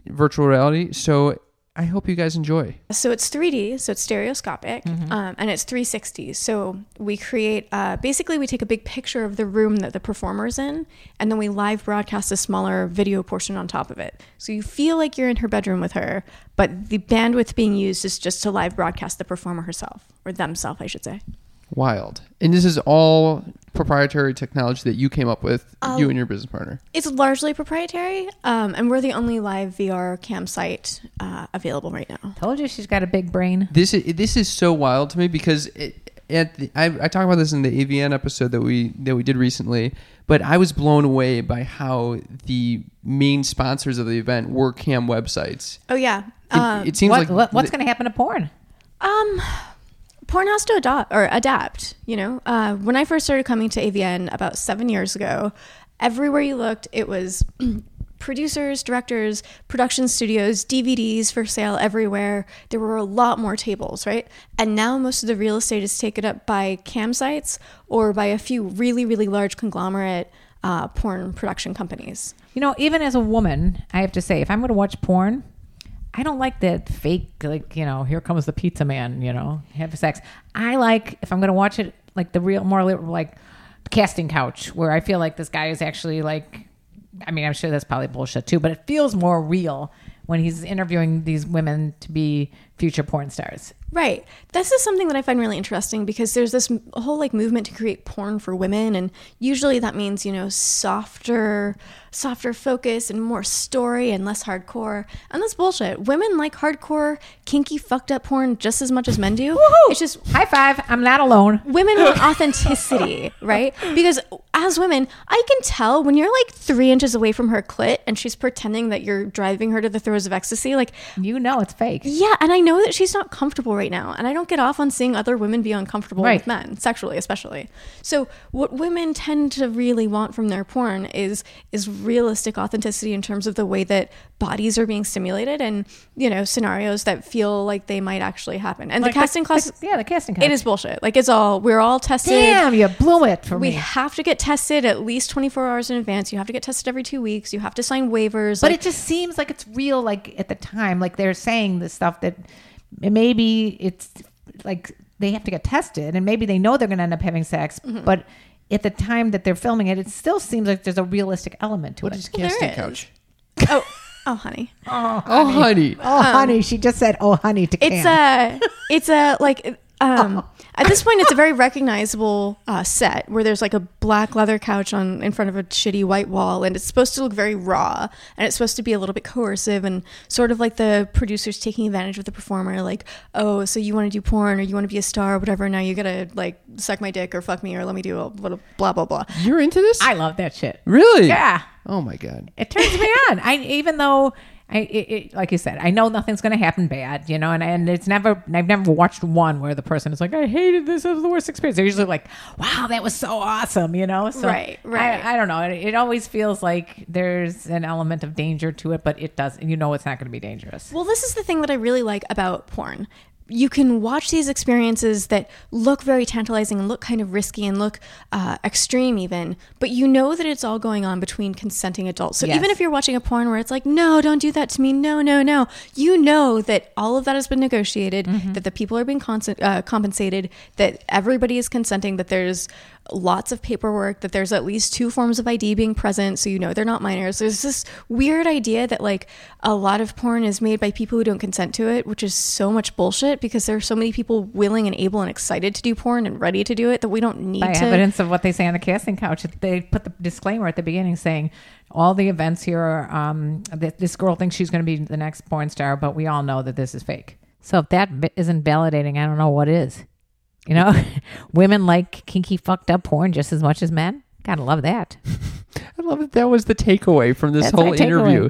[SPEAKER 1] virtual reality. So I hope you guys enjoy.
[SPEAKER 13] So it's 3D, so it's stereoscopic,
[SPEAKER 1] Mm-hmm.
[SPEAKER 13] um, and it's 360. So we create uh, basically we take a big picture of the room that the performer's in, and then we live broadcast a smaller video portion on top of it. So you feel like you're in her bedroom with her, but the bandwidth being used is just to live broadcast the performer herself or themselves, I should say.
[SPEAKER 1] Wild. And this is all proprietary technology that you came up with,
[SPEAKER 13] Uh,
[SPEAKER 1] you and your business partner.
[SPEAKER 13] It's largely proprietary, um, and we're the only live VR cam site uh, available right now.
[SPEAKER 2] Told you she's got a big brain.
[SPEAKER 1] This is this is so wild to me because it, at the, I, I talk about this in the AVN episode that we that we did recently, but I was blown away by how the main sponsors of the event were cam websites.
[SPEAKER 2] Uh,
[SPEAKER 13] Oh yeah.
[SPEAKER 1] It- it seems
[SPEAKER 2] what,
[SPEAKER 1] like
[SPEAKER 2] what- what's
[SPEAKER 1] the-
[SPEAKER 2] going to happen to porn?
[SPEAKER 13] Um, porn has to adopt or adapt. You know, uh, when I first started coming to AVN about seven years ago, everywhere you looked, it was [CLEARS THROAT] producers, directors, production studios, DVDs for sale everywhere. There were a lot more tables, right? And now most of the real estate is taken up by cam sites or by a few really, really large conglomerate uh, porn production companies.
[SPEAKER 2] You know, even as a woman, I have to say, if I'm going to watch porn, I don't like that fake, like you know, here comes the pizza man. You know, have sex. I like if I'm going to watch it, like the real, more li- like casting couch, where I feel like this guy is actually like. I mean, I'm sure that's probably bullshit too, but it feels more real when he's interviewing these women to be future porn stars.
[SPEAKER 13] Right. This is something that I find really interesting because there's this m- whole like movement to create porn for women and usually that means, you know, softer softer focus and more story and less hardcore. And that's bullshit. Women like hardcore, kinky fucked up porn just as much as men do. It's just
[SPEAKER 2] high five, I'm not alone. [LAUGHS]
[SPEAKER 13] Women want [LAUGHS] authenticity, right? Because as women, I can tell when you're like 3 inches away from her clit and she's pretending that you're driving her to the throes of ecstasy, like
[SPEAKER 2] you know it's fake.
[SPEAKER 13] yeah, and I know that she's not comfortable right now, and I don't get off on seeing other women be uncomfortable
[SPEAKER 2] Right.
[SPEAKER 13] with men, sexually especially. So what women tend to really want from their porn is is realistic authenticity in terms of the way that bodies are being stimulated and, you know, scenarios that feel like they might actually happen. And
[SPEAKER 2] Like
[SPEAKER 13] the
[SPEAKER 2] the-
[SPEAKER 13] casting class
[SPEAKER 2] like- yeah, the casting
[SPEAKER 13] It is bullshit. Like it's all we're all tested.
[SPEAKER 2] Damn, you blew it for
[SPEAKER 13] we
[SPEAKER 2] me.
[SPEAKER 13] have to get tested at least 24 hours in advance. You have to get tested every 2 weeks. You have to sign waivers.
[SPEAKER 2] But
[SPEAKER 13] like-
[SPEAKER 2] it just seems like it's real, like at the time, like they're saying the stuff that maybe it's like they have to get tested and maybe they know they're going to end up having sex,
[SPEAKER 13] Mhm.
[SPEAKER 2] but at the time that they're filming it, it still seems like there's a realistic element to it.
[SPEAKER 13] Well, there is.
[SPEAKER 1] [LAUGHS]
[SPEAKER 13] Oh, oh, honey.
[SPEAKER 2] Oh,
[SPEAKER 1] honey.
[SPEAKER 2] Oh,
[SPEAKER 13] Um,
[SPEAKER 2] honey. She just said, oh, honey, to
[SPEAKER 13] It's uh,
[SPEAKER 2] Cam.
[SPEAKER 13] a, it's a like,
[SPEAKER 2] Oh.
[SPEAKER 13] um, at this point, it's a very recognizable uh, set where there's like a black leather couch on in front of a shitty white wall, and it's supposed to look very raw, and it's supposed to be a little bit coercive and sort of like the producers taking advantage of the performer, like, oh, so you want to do porn or you want to be a star or whatever. Now you gotta like suck my dick or fuck me or let me do a little blah blah blah.
[SPEAKER 1] You're into this?
[SPEAKER 2] I love that shit.
[SPEAKER 1] Really?
[SPEAKER 2] Yeah.
[SPEAKER 1] Oh my god.
[SPEAKER 2] it
[SPEAKER 13] [LAUGHS]
[SPEAKER 2] turns me on. I even though I it, it, like you said, I know nothing's going to happen bad, you know, and and it's never I've never watched one where the person is like, I hated this. It was the worst experience. They're usually like, Wow, that was so awesome, you know. So
[SPEAKER 13] Right, right.
[SPEAKER 2] I, I don't know. It, it always feels like there's an element of danger to it, but it does. You know, it's not going to be dangerous.
[SPEAKER 13] Well, this is the thing that I really like about porn. you can watch these experiences that look very tantalizing and look kind of risky and look uh, extreme even but you know that it's all going on between consenting adults so
[SPEAKER 2] Yes.
[SPEAKER 13] even if you're watching a porn where it's like no don't do that to me no no no you know that all of that has been negotiated that the people are being consen- uh, compensated that everybody is consenting that there's lots of paperwork that there's at least two forms of id being present so you know they're not minors there's this weird idea that like a lot of porn is made by people who don't consent to it which is so much bullshit because there are so many people willing and able and excited to do porn and ready to do it that we don't need
[SPEAKER 2] by
[SPEAKER 13] to
[SPEAKER 2] evidence of what they say on the casting couch. They put the disclaimer at the beginning saying all the events here are um, that this girl thinks she's going to be the next porn star, but we all know that this is fake. So if that vi- isn't validating, I don't know what is. You know, [LAUGHS] women like kinky fucked up porn just as much as men. Gotta love that.
[SPEAKER 1] I love that that was the takeaway from this
[SPEAKER 2] That's my
[SPEAKER 1] whole
[SPEAKER 2] takeaway.
[SPEAKER 1] interview.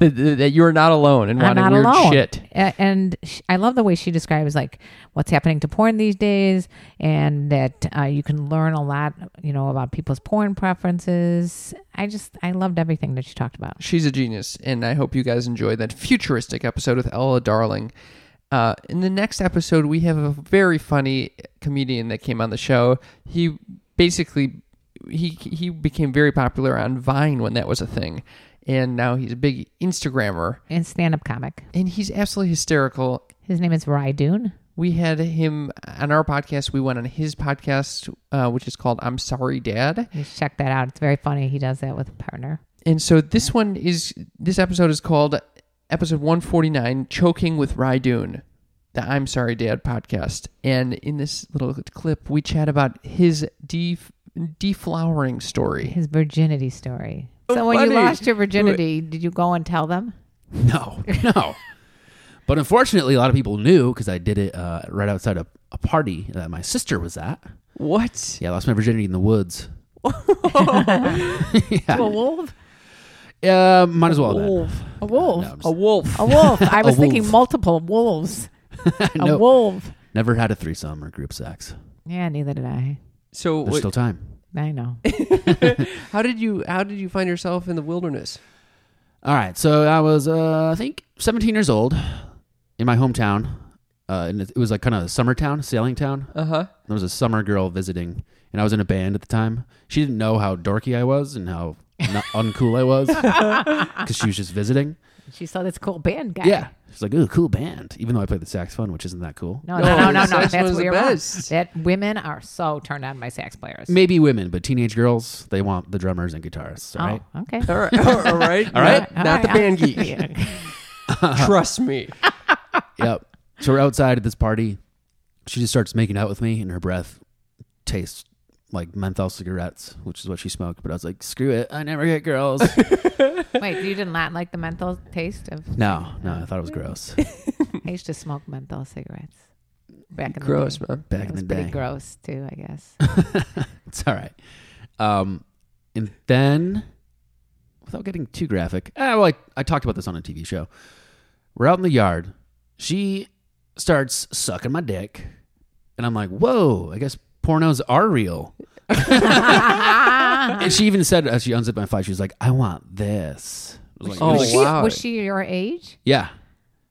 [SPEAKER 1] That, that that you are not alone in
[SPEAKER 2] I'm
[SPEAKER 1] wanting
[SPEAKER 2] not
[SPEAKER 1] weird
[SPEAKER 2] alone.
[SPEAKER 1] shit.
[SPEAKER 2] A- And sh- I love the way she describes like what's happening to porn these days, and that uh, you can learn a lot, you know, about people's porn preferences. I just I loved everything that she talked about.
[SPEAKER 1] She's a genius, and I hope you guys enjoyed that futuristic episode with Ella Darling. Uh, in the next episode, we have a very funny comedian that came on the show. He basically he he became very popular on Vine when that was a thing, and now he's a big Instagrammer.
[SPEAKER 2] and stand up comic.
[SPEAKER 1] And he's absolutely hysterical.
[SPEAKER 2] His name is Rydoon.
[SPEAKER 1] We had him on our podcast. We went on his podcast, uh, which is called "I'm Sorry, Dad."
[SPEAKER 2] You should check that out. It's very funny. He does that with a partner.
[SPEAKER 1] And so this one is this episode is called episode 149 choking with Rydoon the I'm sorry dad podcast and in this little clip we chat about his de- deflowering story
[SPEAKER 2] His virginity story. So
[SPEAKER 1] So
[SPEAKER 2] when you
[SPEAKER 1] funny.
[SPEAKER 2] lost your virginity, did you go and tell them?
[SPEAKER 14] No, [LAUGHS] no. but unfortunately, a lot of people knew because I did it uh, right outside a, a party that my sister was at.
[SPEAKER 1] What?
[SPEAKER 14] Yeah, I lost my virginity in the
[SPEAKER 2] [LAUGHS]
[SPEAKER 14] woods.
[SPEAKER 2] To [LAUGHS] a wolf?
[SPEAKER 14] Uh, might as well.
[SPEAKER 2] A
[SPEAKER 14] then.
[SPEAKER 2] wolf. A wolf.
[SPEAKER 1] a wolf.
[SPEAKER 2] A wolf.
[SPEAKER 14] [LAUGHS]
[SPEAKER 2] I
[SPEAKER 14] A
[SPEAKER 2] was thinking
[SPEAKER 14] wolf.
[SPEAKER 2] multiple
[SPEAKER 14] [LAUGHS]
[SPEAKER 2] wolves. a
[SPEAKER 14] Nope. [LAUGHS]
[SPEAKER 2] wolf.
[SPEAKER 14] Never had a threesome or group sex.
[SPEAKER 2] Yeah, neither did I.
[SPEAKER 1] So
[SPEAKER 14] There's still time.
[SPEAKER 2] I know.
[SPEAKER 1] [LAUGHS]
[SPEAKER 2] [LAUGHS]
[SPEAKER 1] how did you how did you find yourself in the wilderness
[SPEAKER 14] All right, so I was, uh, I think, 17 years old in my hometown, uh, and it it was like kind of a summer town, sailing town.
[SPEAKER 1] Uh-huh.
[SPEAKER 14] There was a summer girl visiting, and I was in a band at the time. She didn't know how dorky I was and how not [LAUGHS] uncool I
[SPEAKER 2] [LAUGHS]
[SPEAKER 14] was because she was just visiting.
[SPEAKER 2] She saw this cool band guy.
[SPEAKER 14] Yeah, she's like, "Ooh, cool band," even though I played the saxophone, which isn't that cool.
[SPEAKER 2] No, no, no, no, no.
[SPEAKER 1] saxophone's
[SPEAKER 2] That's where
[SPEAKER 1] the
[SPEAKER 2] you're wrong.
[SPEAKER 1] best.
[SPEAKER 2] That women are so turned on by sax
[SPEAKER 1] [LAUGHS]
[SPEAKER 2] players.
[SPEAKER 14] Maybe women, but teenage girls, they want the drummers and guitarists,
[SPEAKER 2] Oh,
[SPEAKER 14] right?
[SPEAKER 2] okay.
[SPEAKER 1] all
[SPEAKER 2] [LAUGHS]
[SPEAKER 1] right all right
[SPEAKER 14] All right.
[SPEAKER 1] not, not the band geek [LAUGHS] trust me
[SPEAKER 14] [LAUGHS] yep. So we're outside at this party. She just starts making out with me, and her breath tastes like menthol cigarettes, which is what she smoked. But I was like, screw it. I never
[SPEAKER 1] [LAUGHS]
[SPEAKER 14] get girls.
[SPEAKER 2] Wait, you did not like the menthol taste of?
[SPEAKER 14] no, no, I thought it was gross.
[SPEAKER 2] I used to smoke menthol cigarettes. Back in
[SPEAKER 1] Gross,
[SPEAKER 2] the day.
[SPEAKER 1] man.
[SPEAKER 14] Back
[SPEAKER 2] It
[SPEAKER 14] in
[SPEAKER 2] was
[SPEAKER 14] the
[SPEAKER 2] pretty
[SPEAKER 14] day.
[SPEAKER 2] gross too, I guess.
[SPEAKER 14] [LAUGHS] it's all right. Um, and then, without getting too graphic, ah, well, I, I talked about this on a TV show. We're out in the yard. She starts sucking my dick, and I'm like, "Whoa! I guess pornos are
[SPEAKER 2] [LAUGHS]
[SPEAKER 14] real." and she even said, as she unzipped my file, she was like, "I want this." I was like-
[SPEAKER 1] Oh,
[SPEAKER 14] I was
[SPEAKER 2] was
[SPEAKER 14] like,
[SPEAKER 2] she, was she your age?
[SPEAKER 14] yeah,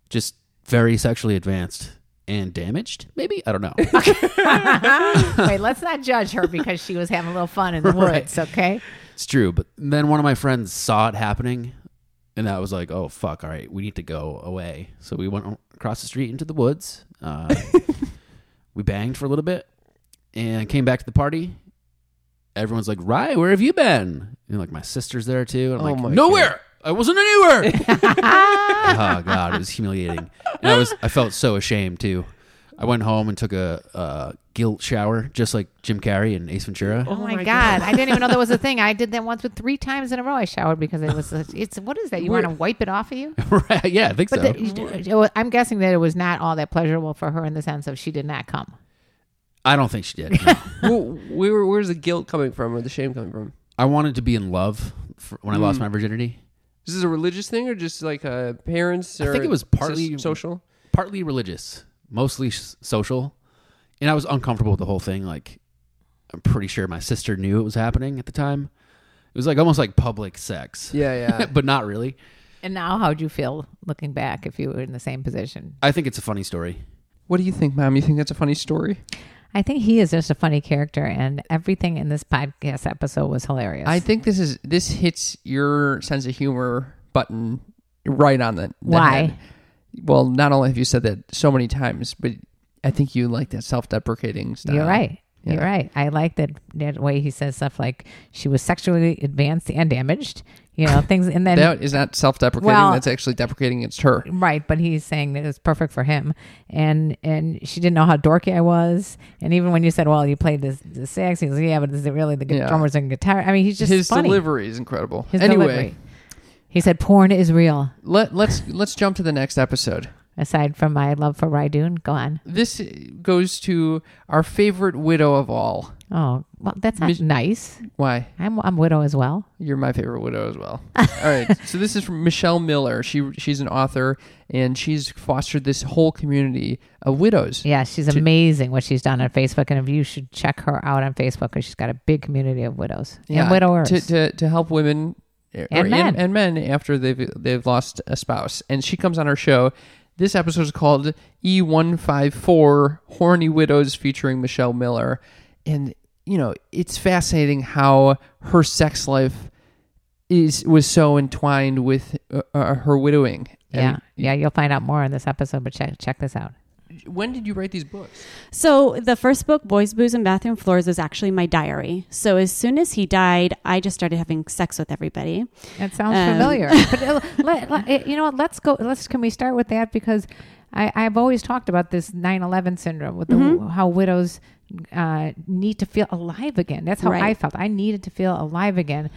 [SPEAKER 14] just very sexually advanced and damaged. Maybe I don't
[SPEAKER 2] [LAUGHS]
[SPEAKER 14] know. [LAUGHS]
[SPEAKER 2] Wait, let's not judge her because she was having a little fun in the
[SPEAKER 14] Right.
[SPEAKER 2] woods. Okay,
[SPEAKER 14] It's true, but then one of my friends saw it happening, and I was like, "Oh fuck! All right, we need to go away." So we went o- across the street into the woods. Uh, we banged for a little bit, and came back to the party. Everyone's like, "Rye, where have you been?" And like my sister's there too. And I'm
[SPEAKER 15] Oh my
[SPEAKER 14] like, "Nowhere. I wasn't anywhere." oh god, it was humiliating, and I was I felt so ashamed too. I went home and took a, uh guilt shower, just like Jim Carrey and Ace Ventura.
[SPEAKER 2] Oh, my God. I didn't even know that was a thing. I did that once with three times in a row. I showered because it was. A, it's what is that? You
[SPEAKER 14] We're-
[SPEAKER 2] want to wipe it off of you?
[SPEAKER 14] right? Yeah, I think
[SPEAKER 2] But
[SPEAKER 14] so.
[SPEAKER 2] that- it was- I'm guessing that it was not all that pleasurable for her in the sense of she did not come.
[SPEAKER 14] I don't think she did. no.
[SPEAKER 1] Well, where, where's the guilt coming from or the shame coming from
[SPEAKER 14] I wanted to be in love for when I lost
[SPEAKER 1] Mm.
[SPEAKER 14] my virginity.
[SPEAKER 1] is this a religious thing or just like uh, parents or
[SPEAKER 14] I think it was partly
[SPEAKER 1] so- social
[SPEAKER 14] partly religious, mostly s- social, and I was uncomfortable with the whole thing. Like, I'm pretty sure my sister knew it was happening at the time. It was like almost like public sex.
[SPEAKER 1] Yeah, yeah.
[SPEAKER 14] [LAUGHS] but not really.
[SPEAKER 2] And now, how'd you feel looking back if you were in the same position?
[SPEAKER 14] I think it's a funny story.
[SPEAKER 1] What do you think, Mom? You think that's a funny story?
[SPEAKER 2] I think he is just a funny character, and everything in this podcast episode was hilarious.
[SPEAKER 1] I think this is this hits your sense of humor button right on the, the
[SPEAKER 2] Why?
[SPEAKER 1] head. Well, not only have you said that so many times, but I think you like that self-deprecating stuff.
[SPEAKER 2] You're right. You're right. I like that that way he says stuff like she was sexually advanced and damaged. You know things, and then
[SPEAKER 1] that is not self-deprecating.
[SPEAKER 2] Well-
[SPEAKER 1] that's actually deprecating against her.
[SPEAKER 2] Right, but he's saying that it's perfect for him, and and she didn't know how dorky I was, and even when you said, "Well, you played this the sax," he was, "Yeah, but is it really the gu-
[SPEAKER 1] Yeah.
[SPEAKER 2] drummers and guitar?" I mean, he's just
[SPEAKER 1] his
[SPEAKER 2] funny.
[SPEAKER 1] delivery is incredible.
[SPEAKER 2] His
[SPEAKER 1] anyway,
[SPEAKER 2] delivery. He said, "Porn is real."
[SPEAKER 1] let let's let's jump to the next episode.
[SPEAKER 2] Aside from my love for Rydoon, go on.
[SPEAKER 1] This goes to our favorite widow of all.
[SPEAKER 2] Oh, well, that's not
[SPEAKER 1] Mis-
[SPEAKER 2] nice.
[SPEAKER 1] Why?
[SPEAKER 2] I'm I'm widow as well.
[SPEAKER 1] You're my favorite widow as
[SPEAKER 2] [LAUGHS]
[SPEAKER 1] well. All right. So this is from Michelle Miller. She she's an author and she's fostered this whole community of widows.
[SPEAKER 2] Yeah, she's amazing what she's done on Facebook, and if you should check her out on Facebook, because she's got a big community of widows and widowers.
[SPEAKER 1] to, to to help women uh, or-
[SPEAKER 2] And men.
[SPEAKER 1] and, and men after they've they've lost a spouse. And she comes on our show. This episode is called E E154 Horny Widows featuring Michelle Miller. And you know, it's fascinating how her sex life is was so entwined with uh, uh, her widowing.
[SPEAKER 2] yeah,
[SPEAKER 1] And
[SPEAKER 2] yeah, you'll find out more in this episode, but check check this out.
[SPEAKER 1] When did you write these books?
[SPEAKER 15] So the first book, Boys, Booze, and Bathroom Floors, was actually my diary. So as soon as he died, I just started having sex with everybody.
[SPEAKER 2] That sounds
[SPEAKER 15] Um,
[SPEAKER 2] familiar. [LAUGHS]
[SPEAKER 15] [LAUGHS]
[SPEAKER 2] but uh, let, let- eh, you know what? Let's go. Let's can we start with that because I, I've always talked about this 9/11 syndrome with the,
[SPEAKER 15] Mm-hmm.
[SPEAKER 2] how widows uh, need to feel alive again. That's how I
[SPEAKER 15] Right.
[SPEAKER 2] felt. I needed to feel alive again.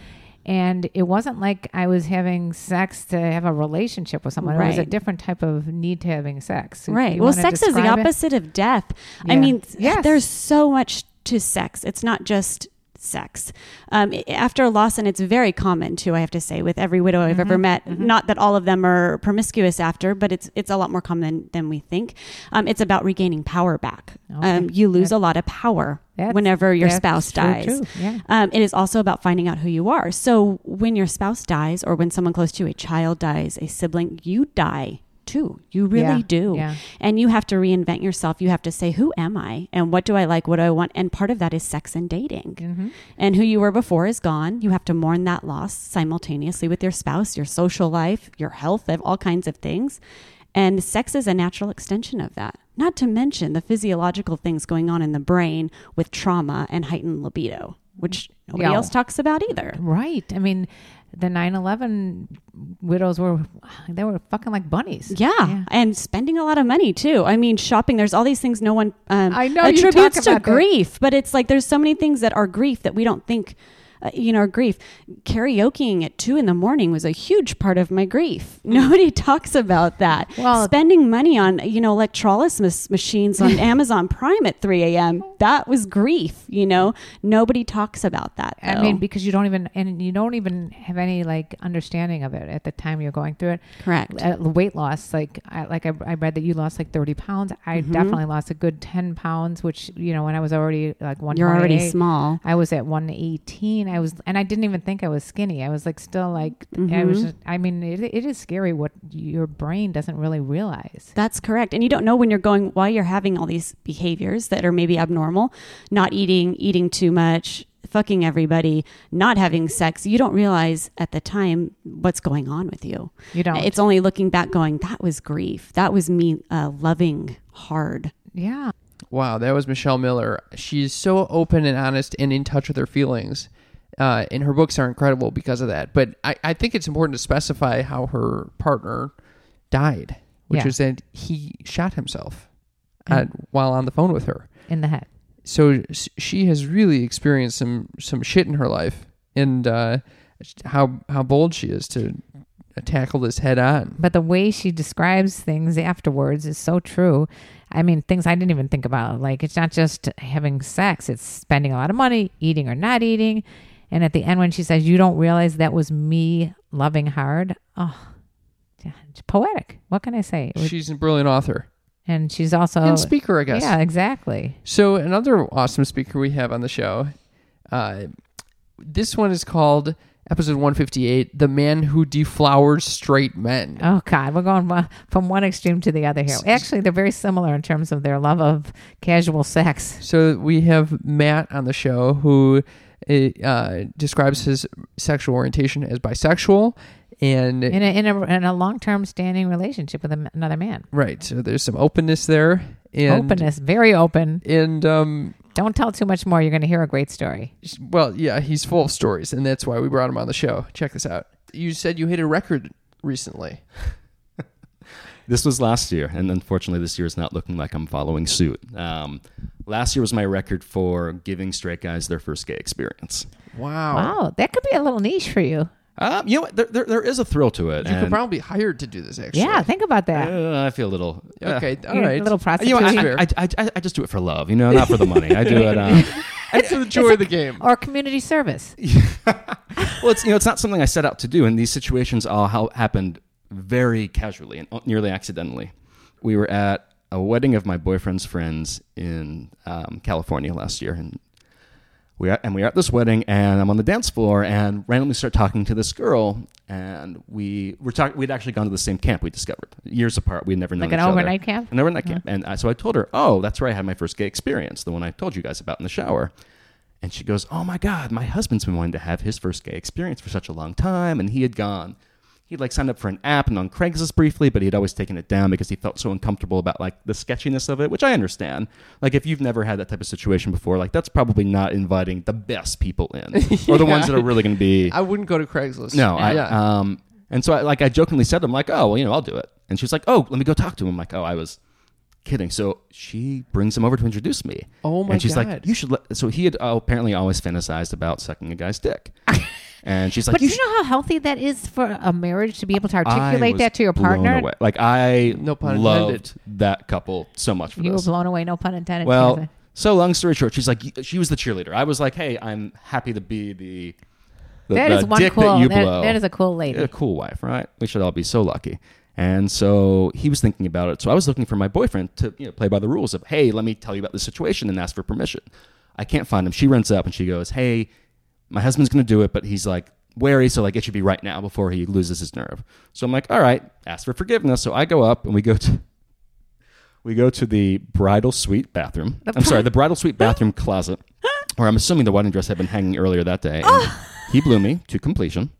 [SPEAKER 2] And it wasn't like I was having sex to have a relationship with someone. It was a
[SPEAKER 15] Right.
[SPEAKER 2] different type of need to having sex. You-
[SPEAKER 15] Right.
[SPEAKER 2] you
[SPEAKER 15] Well,
[SPEAKER 2] wanna
[SPEAKER 15] sex is the
[SPEAKER 2] describe it?
[SPEAKER 15] opposite of death. I
[SPEAKER 2] Yeah.
[SPEAKER 15] mean,
[SPEAKER 2] Yes.
[SPEAKER 15] there's so much to sex. It's not just sex. Um, i- after a loss, and it's very common too. I have to say, with every widow I've ever
[SPEAKER 16] Mhm.
[SPEAKER 2] Mm-hmm.
[SPEAKER 15] met.
[SPEAKER 16] Mhm.
[SPEAKER 15] Not that all of them are promiscuous after, but it's it's a lot more common than, than we think. Um, it's about regaining power back. Um, you lose a lot of power
[SPEAKER 2] Oh, That's-
[SPEAKER 15] whenever your
[SPEAKER 2] that's
[SPEAKER 15] spouse
[SPEAKER 2] true,
[SPEAKER 15] dies.
[SPEAKER 2] too. Yeah.
[SPEAKER 15] Um, it is also about finding out who you are. So when your spouse dies, or when someone close to you, a child dies, a sibling, you die too. You really
[SPEAKER 2] Yeah,
[SPEAKER 15] do.
[SPEAKER 2] yeah.
[SPEAKER 15] And you have to reinvent yourself. You have to say, who am I? And what do I like? What do I want? And part of that is sex and dating.
[SPEAKER 2] Mm-hmm.
[SPEAKER 15] And who you were before is gone. You have to mourn that loss simultaneously with your spouse, your social life, your health, ev- all kinds of things. And sex is a natural extension of that. Not to mention the physiological things going on in the brain with trauma and heightened libido, which nobody
[SPEAKER 2] Yeah.
[SPEAKER 15] else talks about either.
[SPEAKER 2] Right. I mean, the 9/11 widows were they were fucking like bunnies.
[SPEAKER 15] Yeah. and spending a lot of money too. I mean, shopping. There's all these things no one um,
[SPEAKER 2] I know you
[SPEAKER 15] attributes
[SPEAKER 2] talk
[SPEAKER 15] to
[SPEAKER 2] about that.
[SPEAKER 15] grief, but it's like there's so many things that are grief that we don't think, uh, you know, are grief. Karaokeing at two in the morning was a huge part of my grief. [LAUGHS] Nobody talks about that. Well, spending money on you know electrolysis machines
[SPEAKER 2] [LAUGHS]
[SPEAKER 15] on Amazon Prime at 3 a.m. That was grief. You know, nobody talks about that.
[SPEAKER 2] I
[SPEAKER 15] though.
[SPEAKER 2] mean, because you don't even and you don't even have any like understanding of it at the time you're going through it.
[SPEAKER 15] Correct.
[SPEAKER 2] Uh, weight loss, like I like I, I read that you lost like thirty pounds. I
[SPEAKER 15] Mhm.
[SPEAKER 2] definitely lost a good ten pounds, which you know when I was already like one.
[SPEAKER 15] You're already small.
[SPEAKER 2] I was at one eighteen. I was, and I didn't even think I was skinny. I was like still like I was.
[SPEAKER 15] Mhm.
[SPEAKER 2] Just, I mean, it, it is scary what your brain doesn't really realize.
[SPEAKER 15] That's correct. And you don't know when you're going why you're having all these behaviors that are maybe abnormal, not eating, eating too much, fucking everybody, not having sex. You don't realize at the time what's going on with you.
[SPEAKER 2] You don't.
[SPEAKER 15] It's only looking back going, that was grief. That was me uh, loving hard.
[SPEAKER 2] Yeah.
[SPEAKER 1] Wow, that was Michelle Miller. She's so open and honest and in touch with her feelings. Uh, and her books are incredible because of that. But I, I think it's important to specify how her partner died, which
[SPEAKER 2] Yeah.
[SPEAKER 1] was that he shot himself at, while on the phone with her.
[SPEAKER 2] In the head.
[SPEAKER 1] So s- she has really experienced some, some shit in her life and uh, how, how bold she is to tackle this head on.
[SPEAKER 2] But the way she describes things afterwards is so true. I mean, things I didn't even think about. Like, it's not just having sex, it's spending a lot of money, eating or not eating. And at the end, when she says, You don't realize that was me loving hard, oh, yeah, it's poetic. What can I say? It was-
[SPEAKER 1] She's a brilliant author.
[SPEAKER 2] and she's also.
[SPEAKER 1] And speaker, I guess.
[SPEAKER 2] Yeah, exactly.
[SPEAKER 1] So another awesome speaker we have on the show. Uh, this one is called episode 158, The Man Who Deflowers Straight Men.
[SPEAKER 2] Oh God, we're going wa- from one extreme to the other here. Actually, they're very similar in terms of their love of casual sex.
[SPEAKER 1] So we have Matt on the show who uh, describes his sexual orientation as bisexual. And
[SPEAKER 2] in a in a, in a long term standing relationship with a, another man.
[SPEAKER 1] Right. So there's some openness there. And,
[SPEAKER 2] Openness, very open.
[SPEAKER 1] And um,
[SPEAKER 2] don't tell too much more. You're going to hear a great story.
[SPEAKER 1] Well, yeah, he's full of stories, and that's why we brought him on the show. Check this out. You said you hit a record recently.
[SPEAKER 16] [LAUGHS] This was last year, and unfortunately, this year is not looking like I'm following suit. Um, last year was my record for giving straight guys their first gay experience.
[SPEAKER 1] Wow.
[SPEAKER 2] Wow, that could be a little niche for you.
[SPEAKER 16] Um, you know what? There, there, there is a thrill to it.
[SPEAKER 1] You could
[SPEAKER 16] and-
[SPEAKER 1] probably be hired to do this, actually.
[SPEAKER 2] Yeah, think about that.
[SPEAKER 16] Uh, I feel a little
[SPEAKER 1] Okay,
[SPEAKER 16] uh,
[SPEAKER 1] all You're a right. little
[SPEAKER 16] You know,
[SPEAKER 1] prostitute.
[SPEAKER 16] I, I, I, I, I just do it for love, you know, not for the money. I do it. Um,
[SPEAKER 1] I just enjoy the game.
[SPEAKER 2] Or
[SPEAKER 1] [LAUGHS]
[SPEAKER 2] community service.
[SPEAKER 16] well, it's you know, it's not something I set out to do, and these situations all ha- happened very casually and uh, nearly accidentally. We were at a wedding of my boyfriend's friends in um, California last year, and we are, and we are at this wedding, and I'm on the dance floor, and randomly start talking to this girl, and we were talking. We'd actually gone to the same camp. We discovered years apart. We'd never known
[SPEAKER 2] Like an
[SPEAKER 16] each other.
[SPEAKER 2] overnight camp? Uh-huh.
[SPEAKER 16] An overnight camp, and I, so I told her, "Oh, that's where I had my first gay experience, the one I told you guys about in the shower." And she goes, "Oh my God, my husband's been wanting to have his first gay experience for such a long time, and he had gone." He'd like signed up for an app and on Craigslist briefly, but he'd always taken it down because he felt so uncomfortable about like the sketchiness of it, which I understand. Like if you've never had that type of situation before, like that's probably not inviting the best people in [LAUGHS]
[SPEAKER 1] [LAUGHS]
[SPEAKER 16] or the ones that are really going to be.
[SPEAKER 1] I wouldn't go to Craigslist.
[SPEAKER 16] No, I,
[SPEAKER 1] yeah.
[SPEAKER 16] um, and so I like I jokingly said to him like, oh well, you know, I'll do it. And she was like, oh, let me go talk to him. I'm like, oh, I was kidding. So she brings him over to introduce me.
[SPEAKER 1] Oh my
[SPEAKER 16] And she's
[SPEAKER 1] God.
[SPEAKER 16] like, you should. Let, so he had uh, apparently always fantasized about sucking a
[SPEAKER 1] [LAUGHS]
[SPEAKER 16] guy's dick. and she's like,
[SPEAKER 2] but
[SPEAKER 16] you
[SPEAKER 2] you know how healthy that is for a marriage to be able to articulate
[SPEAKER 16] was
[SPEAKER 2] that to your
[SPEAKER 16] blown
[SPEAKER 2] partner?
[SPEAKER 16] away. Like I
[SPEAKER 1] No pun
[SPEAKER 16] loved that couple so much for
[SPEAKER 2] You were
[SPEAKER 16] this.
[SPEAKER 2] blown away, no pun intended.
[SPEAKER 16] Well, so long story short, she's like she was the cheerleader. I was like, hey, I'm happy to be the. the
[SPEAKER 2] That
[SPEAKER 16] the
[SPEAKER 2] is one
[SPEAKER 16] dick
[SPEAKER 2] cool-
[SPEAKER 16] That, you
[SPEAKER 2] that-
[SPEAKER 16] blow.
[SPEAKER 2] that is a cool lady.
[SPEAKER 16] A cool wife, right? We should all be so lucky. And so he was thinking about it. So I was looking for my boyfriend to you know, play by the rules of, hey, let me tell you about the situation and ask for permission. I can't find him. She runs up and she goes, hey, my husband's going to do it, but he's like wary. So like it should be right now before he loses his nerve. So I'm like, all right, ask for forgiveness. So I go up and we go to [LAUGHS] we go to the bridal suite bathroom. I'm sorry, the bridal suite bathroom closet, where I'm assuming the wedding dress had been hanging earlier that day. And
[SPEAKER 2] Oh.
[SPEAKER 16] he blew me to completion.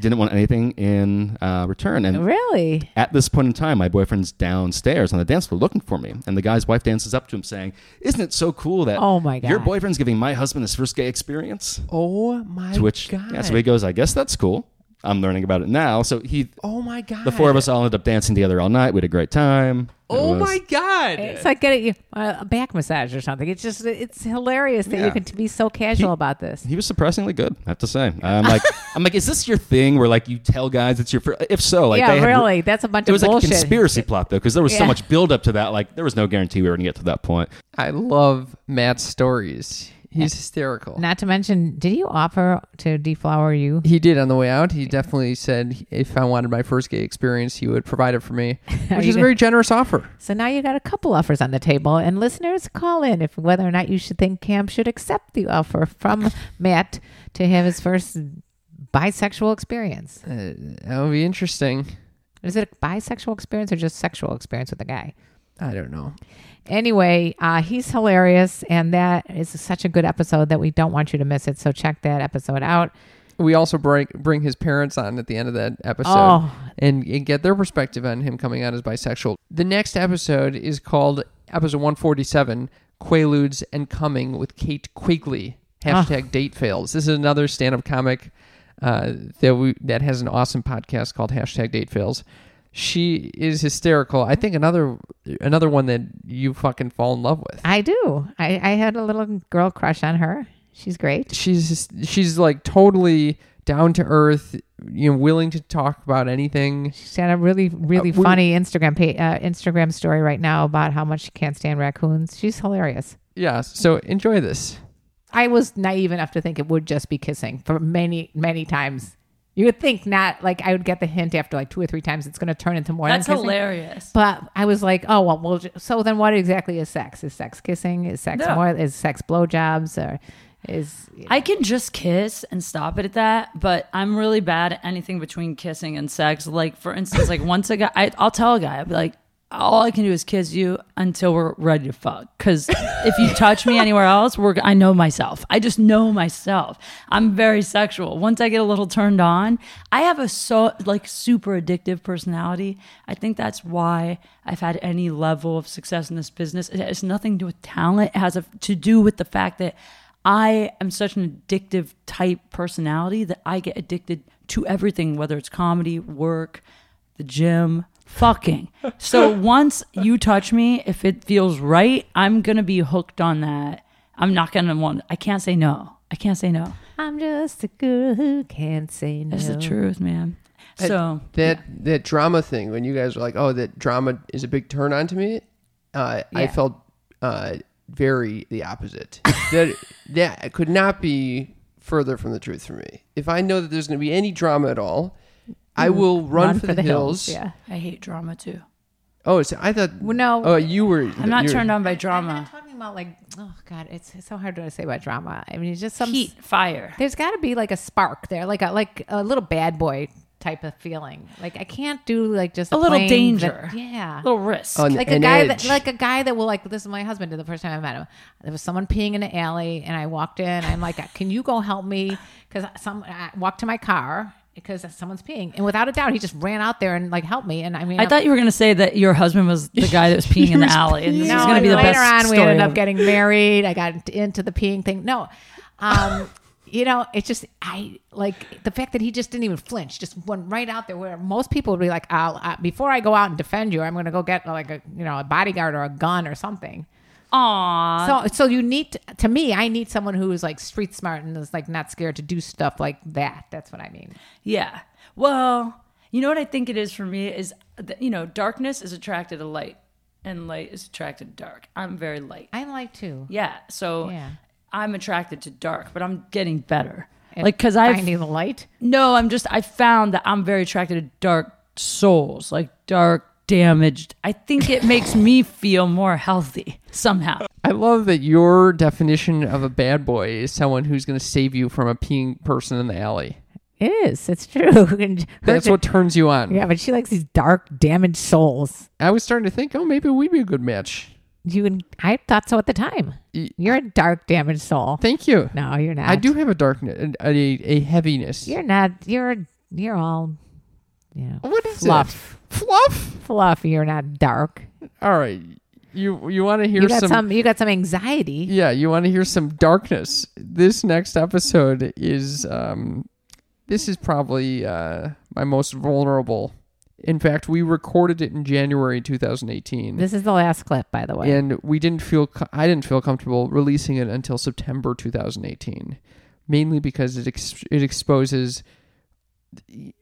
[SPEAKER 16] Didn't want anything in uh, return. And
[SPEAKER 2] really,
[SPEAKER 16] at this point in time, my boyfriend's downstairs on the dance floor looking for me, and the guy's wife dances up to him saying, "Isn't it so cool that
[SPEAKER 2] Oh my
[SPEAKER 16] your
[SPEAKER 2] God.
[SPEAKER 16] boyfriend's giving my husband his first gay experience?"
[SPEAKER 1] Oh my
[SPEAKER 16] to which
[SPEAKER 1] god.
[SPEAKER 16] yeah, so he goes, "I guess that's cool." I'm learning about it now. So he,
[SPEAKER 1] oh my god.
[SPEAKER 16] the four of us all ended up dancing together all night. We had a great time. It
[SPEAKER 1] Oh
[SPEAKER 16] was-
[SPEAKER 1] my god.
[SPEAKER 2] It's like getting uh, a back massage or something. It's just it's hilarious that
[SPEAKER 16] Yeah.
[SPEAKER 2] you can be so casual about this.
[SPEAKER 16] He was surprisingly good, I have to say. I'm like, I'm like, is this your thing where like you tell guys it's your first? If so, like,
[SPEAKER 2] yeah,
[SPEAKER 16] they had-
[SPEAKER 2] really, that's a bunch
[SPEAKER 16] It was
[SPEAKER 2] of bullshit.
[SPEAKER 16] like a conspiracy plot though, because there was
[SPEAKER 2] Yeah.
[SPEAKER 16] so much build up to that. Like, there was no guarantee we were gonna get to that point.
[SPEAKER 1] I love Matt's stories. He's hysterical.
[SPEAKER 2] Not to mention, did you offer to deflower you?
[SPEAKER 1] He did on the way out. He definitely said if I wanted my first gay experience, he would provide it for
[SPEAKER 2] [LAUGHS]
[SPEAKER 1] me, which
[SPEAKER 2] you
[SPEAKER 1] is a
[SPEAKER 2] did-
[SPEAKER 1] very generous offer.
[SPEAKER 2] So now you got a couple offers on the table, and listeners call in if whether or not you should think Cam should accept the offer from Matt to have his first bisexual experience.
[SPEAKER 1] Uh, that would be interesting.
[SPEAKER 2] Is it a bisexual experience or just sexual experience with a guy?
[SPEAKER 1] I don't know.
[SPEAKER 2] Anyway, uh, he's hilarious, and that is such a good episode that we don't want you to miss it. So check that episode out.
[SPEAKER 1] We also bring bring his parents on at the end of that episode
[SPEAKER 2] Oh.
[SPEAKER 1] and, and get their perspective on him coming out as bisexual. The next episode is called episode 147 Quaaludes and Coming with Kate Quigley. Hashtag date fails. This is another stand up comic uh, that we that has an awesome podcast called Hashtag Date Fails. She is hysterical. I think another another one that you fucking fall in love with.
[SPEAKER 2] I do. I, I had a little girl crush on her. She's great.
[SPEAKER 1] she's just, she's like totally down to earth, you know, willing to talk about anything.
[SPEAKER 2] She's got a really, really
[SPEAKER 1] Uh, we-
[SPEAKER 2] funny Instagram pa- uh, Instagram story right now about how much she can't stand raccoons. She's hilarious.
[SPEAKER 1] Yeah, so enjoy this.
[SPEAKER 2] I was naive enough to think it would just be kissing for many, many times. You would think not. Like I would get the hint after like two or three times, it's going to turn into more.
[SPEAKER 12] That's
[SPEAKER 2] than kissing.
[SPEAKER 12] hilarious.
[SPEAKER 2] But I was like, oh well, well. ju- So then, what exactly is sex? Is sex kissing? Is sex
[SPEAKER 12] Yeah.
[SPEAKER 2] more? Is sex blowjobs? Or Is
[SPEAKER 17] I can just kiss and stop it at that, but I'm really bad at anything between kissing and sex. Like for instance, like once a guy, I, I'll tell a guy, I'll be like, all I can do is kiss you until we're ready to fuck. Because if you touch me anywhere else, we're I know myself. I just know myself. I'm very sexual. Once I get a little turned on, I have a so like super addictive personality. I think that's why I've had any level of success in this business. It has nothing to do with talent. It has a, to do with the fact that I am such an addictive type personality that I get addicted to everything, whether it's comedy, work, the gym, fucking.
[SPEAKER 1] [LAUGHS]
[SPEAKER 17] So once you touch me, if it feels right, I'm going to be hooked on that. I'm not going to want, I can't say no. I can't say no.
[SPEAKER 2] I'm just a girl who can't say no.
[SPEAKER 17] That's the truth, man.
[SPEAKER 1] That-
[SPEAKER 17] So
[SPEAKER 1] that that drama thing when you guys were like, "Oh, that drama is a big turn on to me," uh, I
[SPEAKER 17] Yeah.
[SPEAKER 1] felt uh, very the opposite. that that could not be further from the truth for me. If I know that there's going to be any drama at all, I
[SPEAKER 17] Mm,
[SPEAKER 1] will run, for, the, hills.
[SPEAKER 17] I hate drama too.
[SPEAKER 1] Oh, so I thought
[SPEAKER 2] Well, no.
[SPEAKER 1] Oh, you were.
[SPEAKER 17] I'm not
[SPEAKER 1] you were-
[SPEAKER 17] turned on by drama.
[SPEAKER 2] talking about like oh god it's, it's so hard to say about drama i mean it's just some
[SPEAKER 17] Heat, fire.
[SPEAKER 2] there's got to be like a spark there like a like a little bad boy type of feeling like i can't do like just
[SPEAKER 17] A little
[SPEAKER 2] plain
[SPEAKER 17] danger.
[SPEAKER 2] va- yeah
[SPEAKER 17] Little risk. An-
[SPEAKER 2] like a
[SPEAKER 17] an
[SPEAKER 2] guy
[SPEAKER 17] edge.
[SPEAKER 2] that like a guy that will like this is my husband did the first time i met him there was someone peeing in an alley and i walked in i'm like "Uh, can you go help me because some i walked to my car because someone's peeing and without a doubt he just ran out there and like helped me and i mean
[SPEAKER 17] I thought you were going to say that your husband was the guy that was peeing in
[SPEAKER 2] [LAUGHS]
[SPEAKER 17] the alley. And this
[SPEAKER 2] no,
[SPEAKER 17] is going to be the
[SPEAKER 2] and
[SPEAKER 17] best
[SPEAKER 2] later on
[SPEAKER 17] story.
[SPEAKER 2] we ended up
[SPEAKER 17] ever.
[SPEAKER 2] getting married. I got into the peeing thing. No, um, [LAUGHS] you know, it's just I like the fact that he just didn't even flinch, just went right out there. Where most people would be like, I'll, uh, before I go out and defend you, I'm going to go get like a you know a bodyguard or a gun or something.
[SPEAKER 17] Aw.
[SPEAKER 2] So so you need to, to me, I need someone who is like street smart and is like not scared to do stuff like that. That's what I mean.
[SPEAKER 17] Yeah. Well, you know what I think it is for me is, that, you know, darkness is attracted to light and light is attracted to dark. I'm very light.
[SPEAKER 2] I'm light too.
[SPEAKER 17] Yeah. So
[SPEAKER 2] Yeah.
[SPEAKER 17] I'm attracted to dark, but I'm getting better.
[SPEAKER 2] At
[SPEAKER 17] like, because I.
[SPEAKER 2] finding the light?
[SPEAKER 17] No, I'm just, I found that I'm very attracted to dark souls, like dark, damaged. I think it makes me feel more healthy somehow.
[SPEAKER 1] I love that your definition of a bad boy is someone who's going to save you from a peeing person in the alley.
[SPEAKER 2] It is. It's true. [LAUGHS]
[SPEAKER 1] That's what turns you on.
[SPEAKER 2] Yeah, but she likes these dark, damaged souls.
[SPEAKER 1] I was starting to think, oh, maybe we'd be a good match.
[SPEAKER 2] You and I thought so at the time. You're a dark, damaged soul.
[SPEAKER 1] Thank you.
[SPEAKER 2] No, you're not.
[SPEAKER 1] I do have a darkness, a, a, a heaviness.
[SPEAKER 2] You're not. You're you're all. You know,
[SPEAKER 1] What is
[SPEAKER 2] fluff?
[SPEAKER 1] Fluff?
[SPEAKER 2] Fluff. You're not dark.
[SPEAKER 1] All right. You you want to hear
[SPEAKER 2] you got
[SPEAKER 1] some,
[SPEAKER 2] some, You got some anxiety.
[SPEAKER 1] Yeah, you want to hear some darkness. This next episode is um this is probably uh my most vulnerable. In fact, we recorded it in January 2018.
[SPEAKER 2] This is the last clip, by the way.
[SPEAKER 1] And we didn't feel co- I didn't feel comfortable releasing it until September 2018, mainly because it ex- it exposes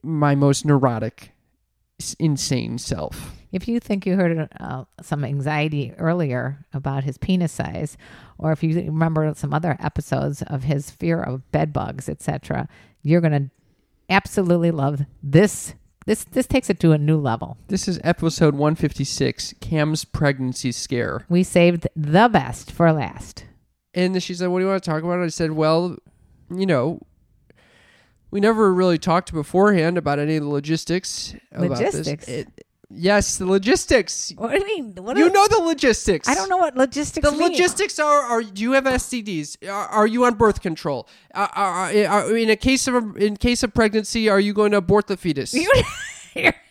[SPEAKER 1] my most neurotic, s- insane self.
[SPEAKER 2] If you think you heard uh, some anxiety earlier about his penis size, or if you remember some other episodes of his fear of bed bugs, etc., you're gonna absolutely love this. This this takes it to a new level.
[SPEAKER 1] This is episode 156, Cam's pregnancy scare.
[SPEAKER 2] We saved the best for last.
[SPEAKER 1] And she said, "What do you want to talk about?" I said, "Well, you know, we never really talked beforehand about any of the logistics about
[SPEAKER 2] Logistics?
[SPEAKER 1] this. It- yes, the logistics.
[SPEAKER 2] What do you mean? What
[SPEAKER 1] you
[SPEAKER 2] are-
[SPEAKER 1] know the logistics.
[SPEAKER 2] I don't know what logistics.
[SPEAKER 1] The
[SPEAKER 2] mean.
[SPEAKER 1] logistics are: Are do you have STDs? Are, are you on birth control? Uh, Are, are, are- in a case of in case of pregnancy, are you going to abort the
[SPEAKER 2] [LAUGHS]
[SPEAKER 1] fetus?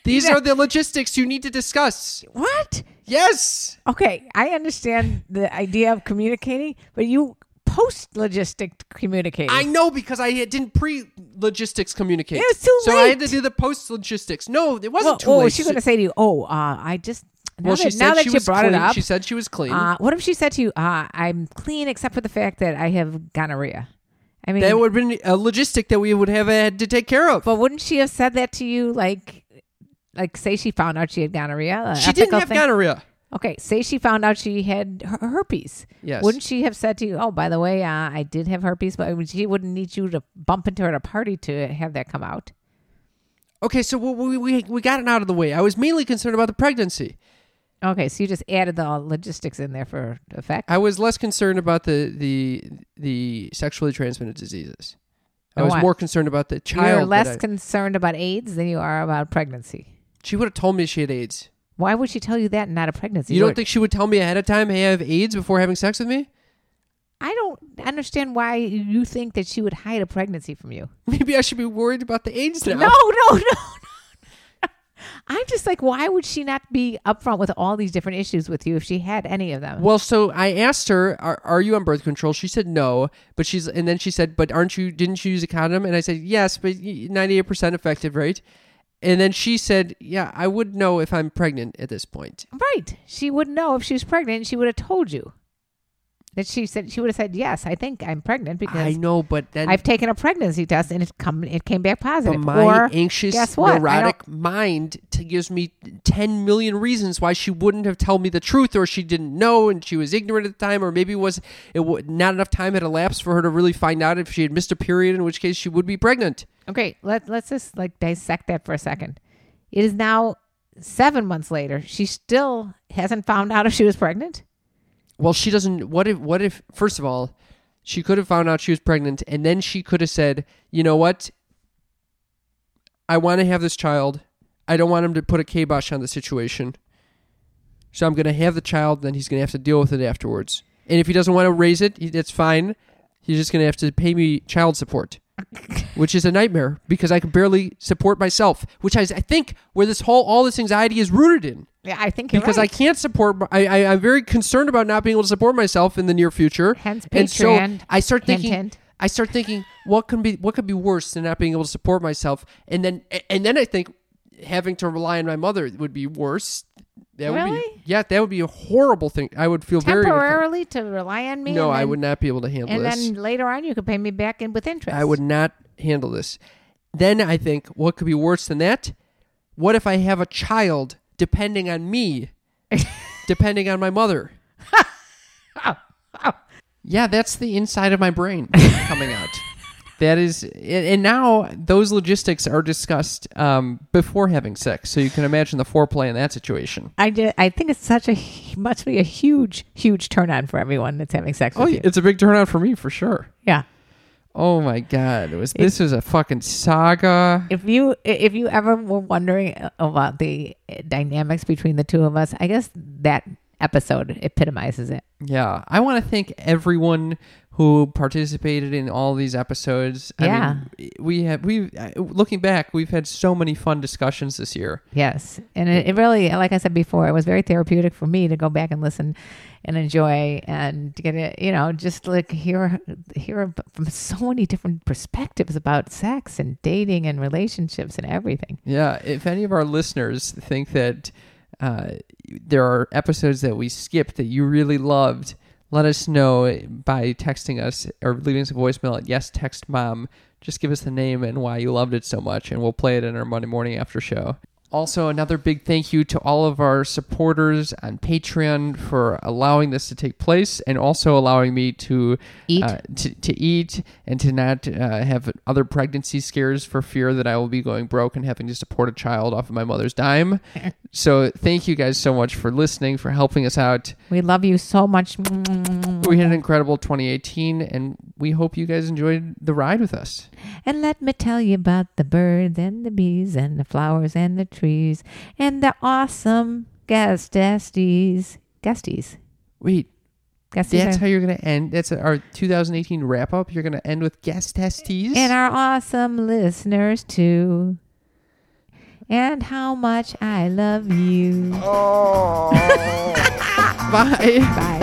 [SPEAKER 1] These are the logistics you need to discuss.
[SPEAKER 2] What?
[SPEAKER 1] Yes.
[SPEAKER 2] Okay, I understand the idea of communicating, but you post logistic communicating.
[SPEAKER 1] I know because I didn't pre logistics communicate.
[SPEAKER 2] It was too
[SPEAKER 1] so I had to
[SPEAKER 2] late.
[SPEAKER 1] do the post logistics. No, it
[SPEAKER 2] Well,
[SPEAKER 1] wasn't too
[SPEAKER 2] oh,
[SPEAKER 1] late.
[SPEAKER 2] is she going to say to you, "Oh, uh, I just." Now
[SPEAKER 1] Well,
[SPEAKER 2] that,
[SPEAKER 1] she said
[SPEAKER 2] now that
[SPEAKER 1] she
[SPEAKER 2] you
[SPEAKER 1] was
[SPEAKER 2] brought it
[SPEAKER 1] clean.
[SPEAKER 2] up,
[SPEAKER 1] She said she was clean.
[SPEAKER 2] Uh, what if she said to you, uh, "I'm clean except for the fact that I have gonorrhea"? I mean,
[SPEAKER 1] that would have been a logistic that we would have had to take care of.
[SPEAKER 2] But wouldn't she have said that to you, like, like say she found out she had gonorrhea? an
[SPEAKER 1] She didn't
[SPEAKER 2] ethical
[SPEAKER 1] have
[SPEAKER 2] thing?
[SPEAKER 1] gonorrhea.
[SPEAKER 2] Okay, say she found out she had her- herpes.
[SPEAKER 1] Yes.
[SPEAKER 2] Wouldn't she have said to you, "Oh, by the way, uh, I did have herpes," but she wouldn't need you to bump into her at a party to have that come out.
[SPEAKER 1] Okay, so we, we, we we got it out of the way. I was mainly concerned about the pregnancy.
[SPEAKER 2] Okay, so you just added the logistics in there for effect.
[SPEAKER 1] I was less concerned about the the the sexually transmitted diseases. I
[SPEAKER 2] Oh,
[SPEAKER 1] was
[SPEAKER 2] I-
[SPEAKER 1] more concerned about the child.
[SPEAKER 2] You're
[SPEAKER 1] that
[SPEAKER 2] less
[SPEAKER 1] I-
[SPEAKER 2] concerned about AIDS than you are about pregnancy.
[SPEAKER 1] She would have told me she had AIDS.
[SPEAKER 2] Why would she tell you that and not a pregnancy?
[SPEAKER 1] you don't
[SPEAKER 2] Or-
[SPEAKER 1] think she would tell me ahead of time, "Hey, I have AIDS," before having sex with me?
[SPEAKER 2] I don't understand why you think that she would hide a pregnancy from you.
[SPEAKER 1] [LAUGHS] Maybe I should be worried about the AIDS now.
[SPEAKER 2] No, no, [LAUGHS] no. I'm just like, why would she not be upfront with all these different issues with you if she had any of them?
[SPEAKER 1] Well, so I asked her, are, "Are you on birth control?" She said no, but she's and then she said, "But aren't you? Didn't you use a condom?" And I said, "Yes, but ninety-eight percent effective rate." And then she said, "Yeah, I would know if I'm pregnant at this point."
[SPEAKER 2] Right. She would know if she was pregnant. and She would have told you. That she said she would have said yes. I think I'm pregnant because
[SPEAKER 1] I know, but then
[SPEAKER 2] I've taken a pregnancy test and it come it came back
[SPEAKER 1] but
[SPEAKER 2] positive.
[SPEAKER 1] my
[SPEAKER 2] or
[SPEAKER 1] anxious,
[SPEAKER 2] guess what? I don't-
[SPEAKER 1] neurotic mind t- gives me ten million reasons why she wouldn't have told me the truth, or she didn't know, and she was ignorant at the time, or maybe was it w- not enough time had elapsed for her to really find out if she had missed a period, in which case she would be pregnant.
[SPEAKER 2] Okay, let let's just like dissect that for a second. It is now seven months later. She still hasn't found out if she was pregnant.
[SPEAKER 1] Well, she doesn't. What if? What if? First of all, she could have found out she was pregnant, and then she could have said, "You know what? I want to have this child. I don't want him to put a kibosh on the situation. So I'm going to have the child. Then he's going to have to deal with it afterwards. And if he doesn't want to raise it, he- that's fine. He's just going to have to pay me child support." which is a nightmare because I can barely support myself, which is, I think, where this whole all this anxiety is rooted in
[SPEAKER 2] Yeah, I think you're
[SPEAKER 1] because
[SPEAKER 2] right.
[SPEAKER 1] I can't support. my- I, I I'm very concerned about not being able to support myself in the near future. Hence, and so
[SPEAKER 2] Patreon.
[SPEAKER 1] I start
[SPEAKER 2] Hint,
[SPEAKER 1] thinking.
[SPEAKER 2] hint.
[SPEAKER 1] I start thinking what can be what could be worse than not being able to support myself, and then and then I think having to rely on my mother would be worse. That would be
[SPEAKER 2] Really?
[SPEAKER 1] yeah, that would be a horrible thing. I would feel very
[SPEAKER 2] temporarily to rely on me.
[SPEAKER 1] No,
[SPEAKER 2] and
[SPEAKER 1] I
[SPEAKER 2] then-
[SPEAKER 1] would not be able to handle
[SPEAKER 2] And
[SPEAKER 1] this.
[SPEAKER 2] then later on, you could pay me back in with interest.
[SPEAKER 1] I would not handle this. Then I think, what could be worse than that? What if I have a child depending on me, depending on my mother? Yeah, that's the inside of my brain coming out. That is, and- and now those logistics are discussed um, before having sex, so you can imagine the foreplay in that situation.
[SPEAKER 2] I did. I think it's such a hu- must be a huge, huge turn on for everyone that's having sex
[SPEAKER 1] Oh,
[SPEAKER 2] with
[SPEAKER 1] yeah,
[SPEAKER 2] you.
[SPEAKER 1] it's a big turnout for me for sure.
[SPEAKER 2] Yeah.
[SPEAKER 1] Oh my god, it was this is a fucking saga.
[SPEAKER 2] If you if you ever were wondering uh, about the uh, dynamics between the two of us, I guess that episode epitomizes it.
[SPEAKER 1] Yeah, I want to thank everyone who participated in all these episodes. I
[SPEAKER 2] Yeah.
[SPEAKER 1] mean, we have we uh, looking back, we've had so many fun discussions this year.
[SPEAKER 2] Yes, and it, it really, like I said before, it was very therapeutic for me to go back and listen and enjoy and get it. You know, just like hear hear from so many different perspectives about sex and dating and relationships and everything.
[SPEAKER 1] Yeah, if any of our listeners think that uh, there are episodes that we skipped that you really loved, let us know by texting us or leaving us a voicemail at yes text mom. Just give us the name and why you loved it so much, and we'll play it in our Monday morning after show. Also, another big thank you to all of our supporters on Patreon for allowing this to take place and also allowing me to
[SPEAKER 2] Eat.
[SPEAKER 1] uh, to, to eat and to not uh, have other pregnancy scares for fear that I will be going broke and having to support a child off of my mother's
[SPEAKER 2] [LAUGHS]
[SPEAKER 1] dime. so, thank you guys so much for listening, for helping us out.
[SPEAKER 2] We love you so much.
[SPEAKER 1] We had an incredible 2018, and we hope you guys enjoyed the ride with us.
[SPEAKER 2] And let me tell you about the birds and the bees and the flowers and the trees and the awesome guesties. Guesties.
[SPEAKER 1] Wait.
[SPEAKER 2] Guesties.
[SPEAKER 1] That's
[SPEAKER 2] are-
[SPEAKER 1] how you're going to end. That's our 2018 wrap up. You're going to end with guest testes.
[SPEAKER 2] and our awesome listeners too. And [LAUGHS] how much I love you.
[SPEAKER 1] Bye.
[SPEAKER 2] Bye.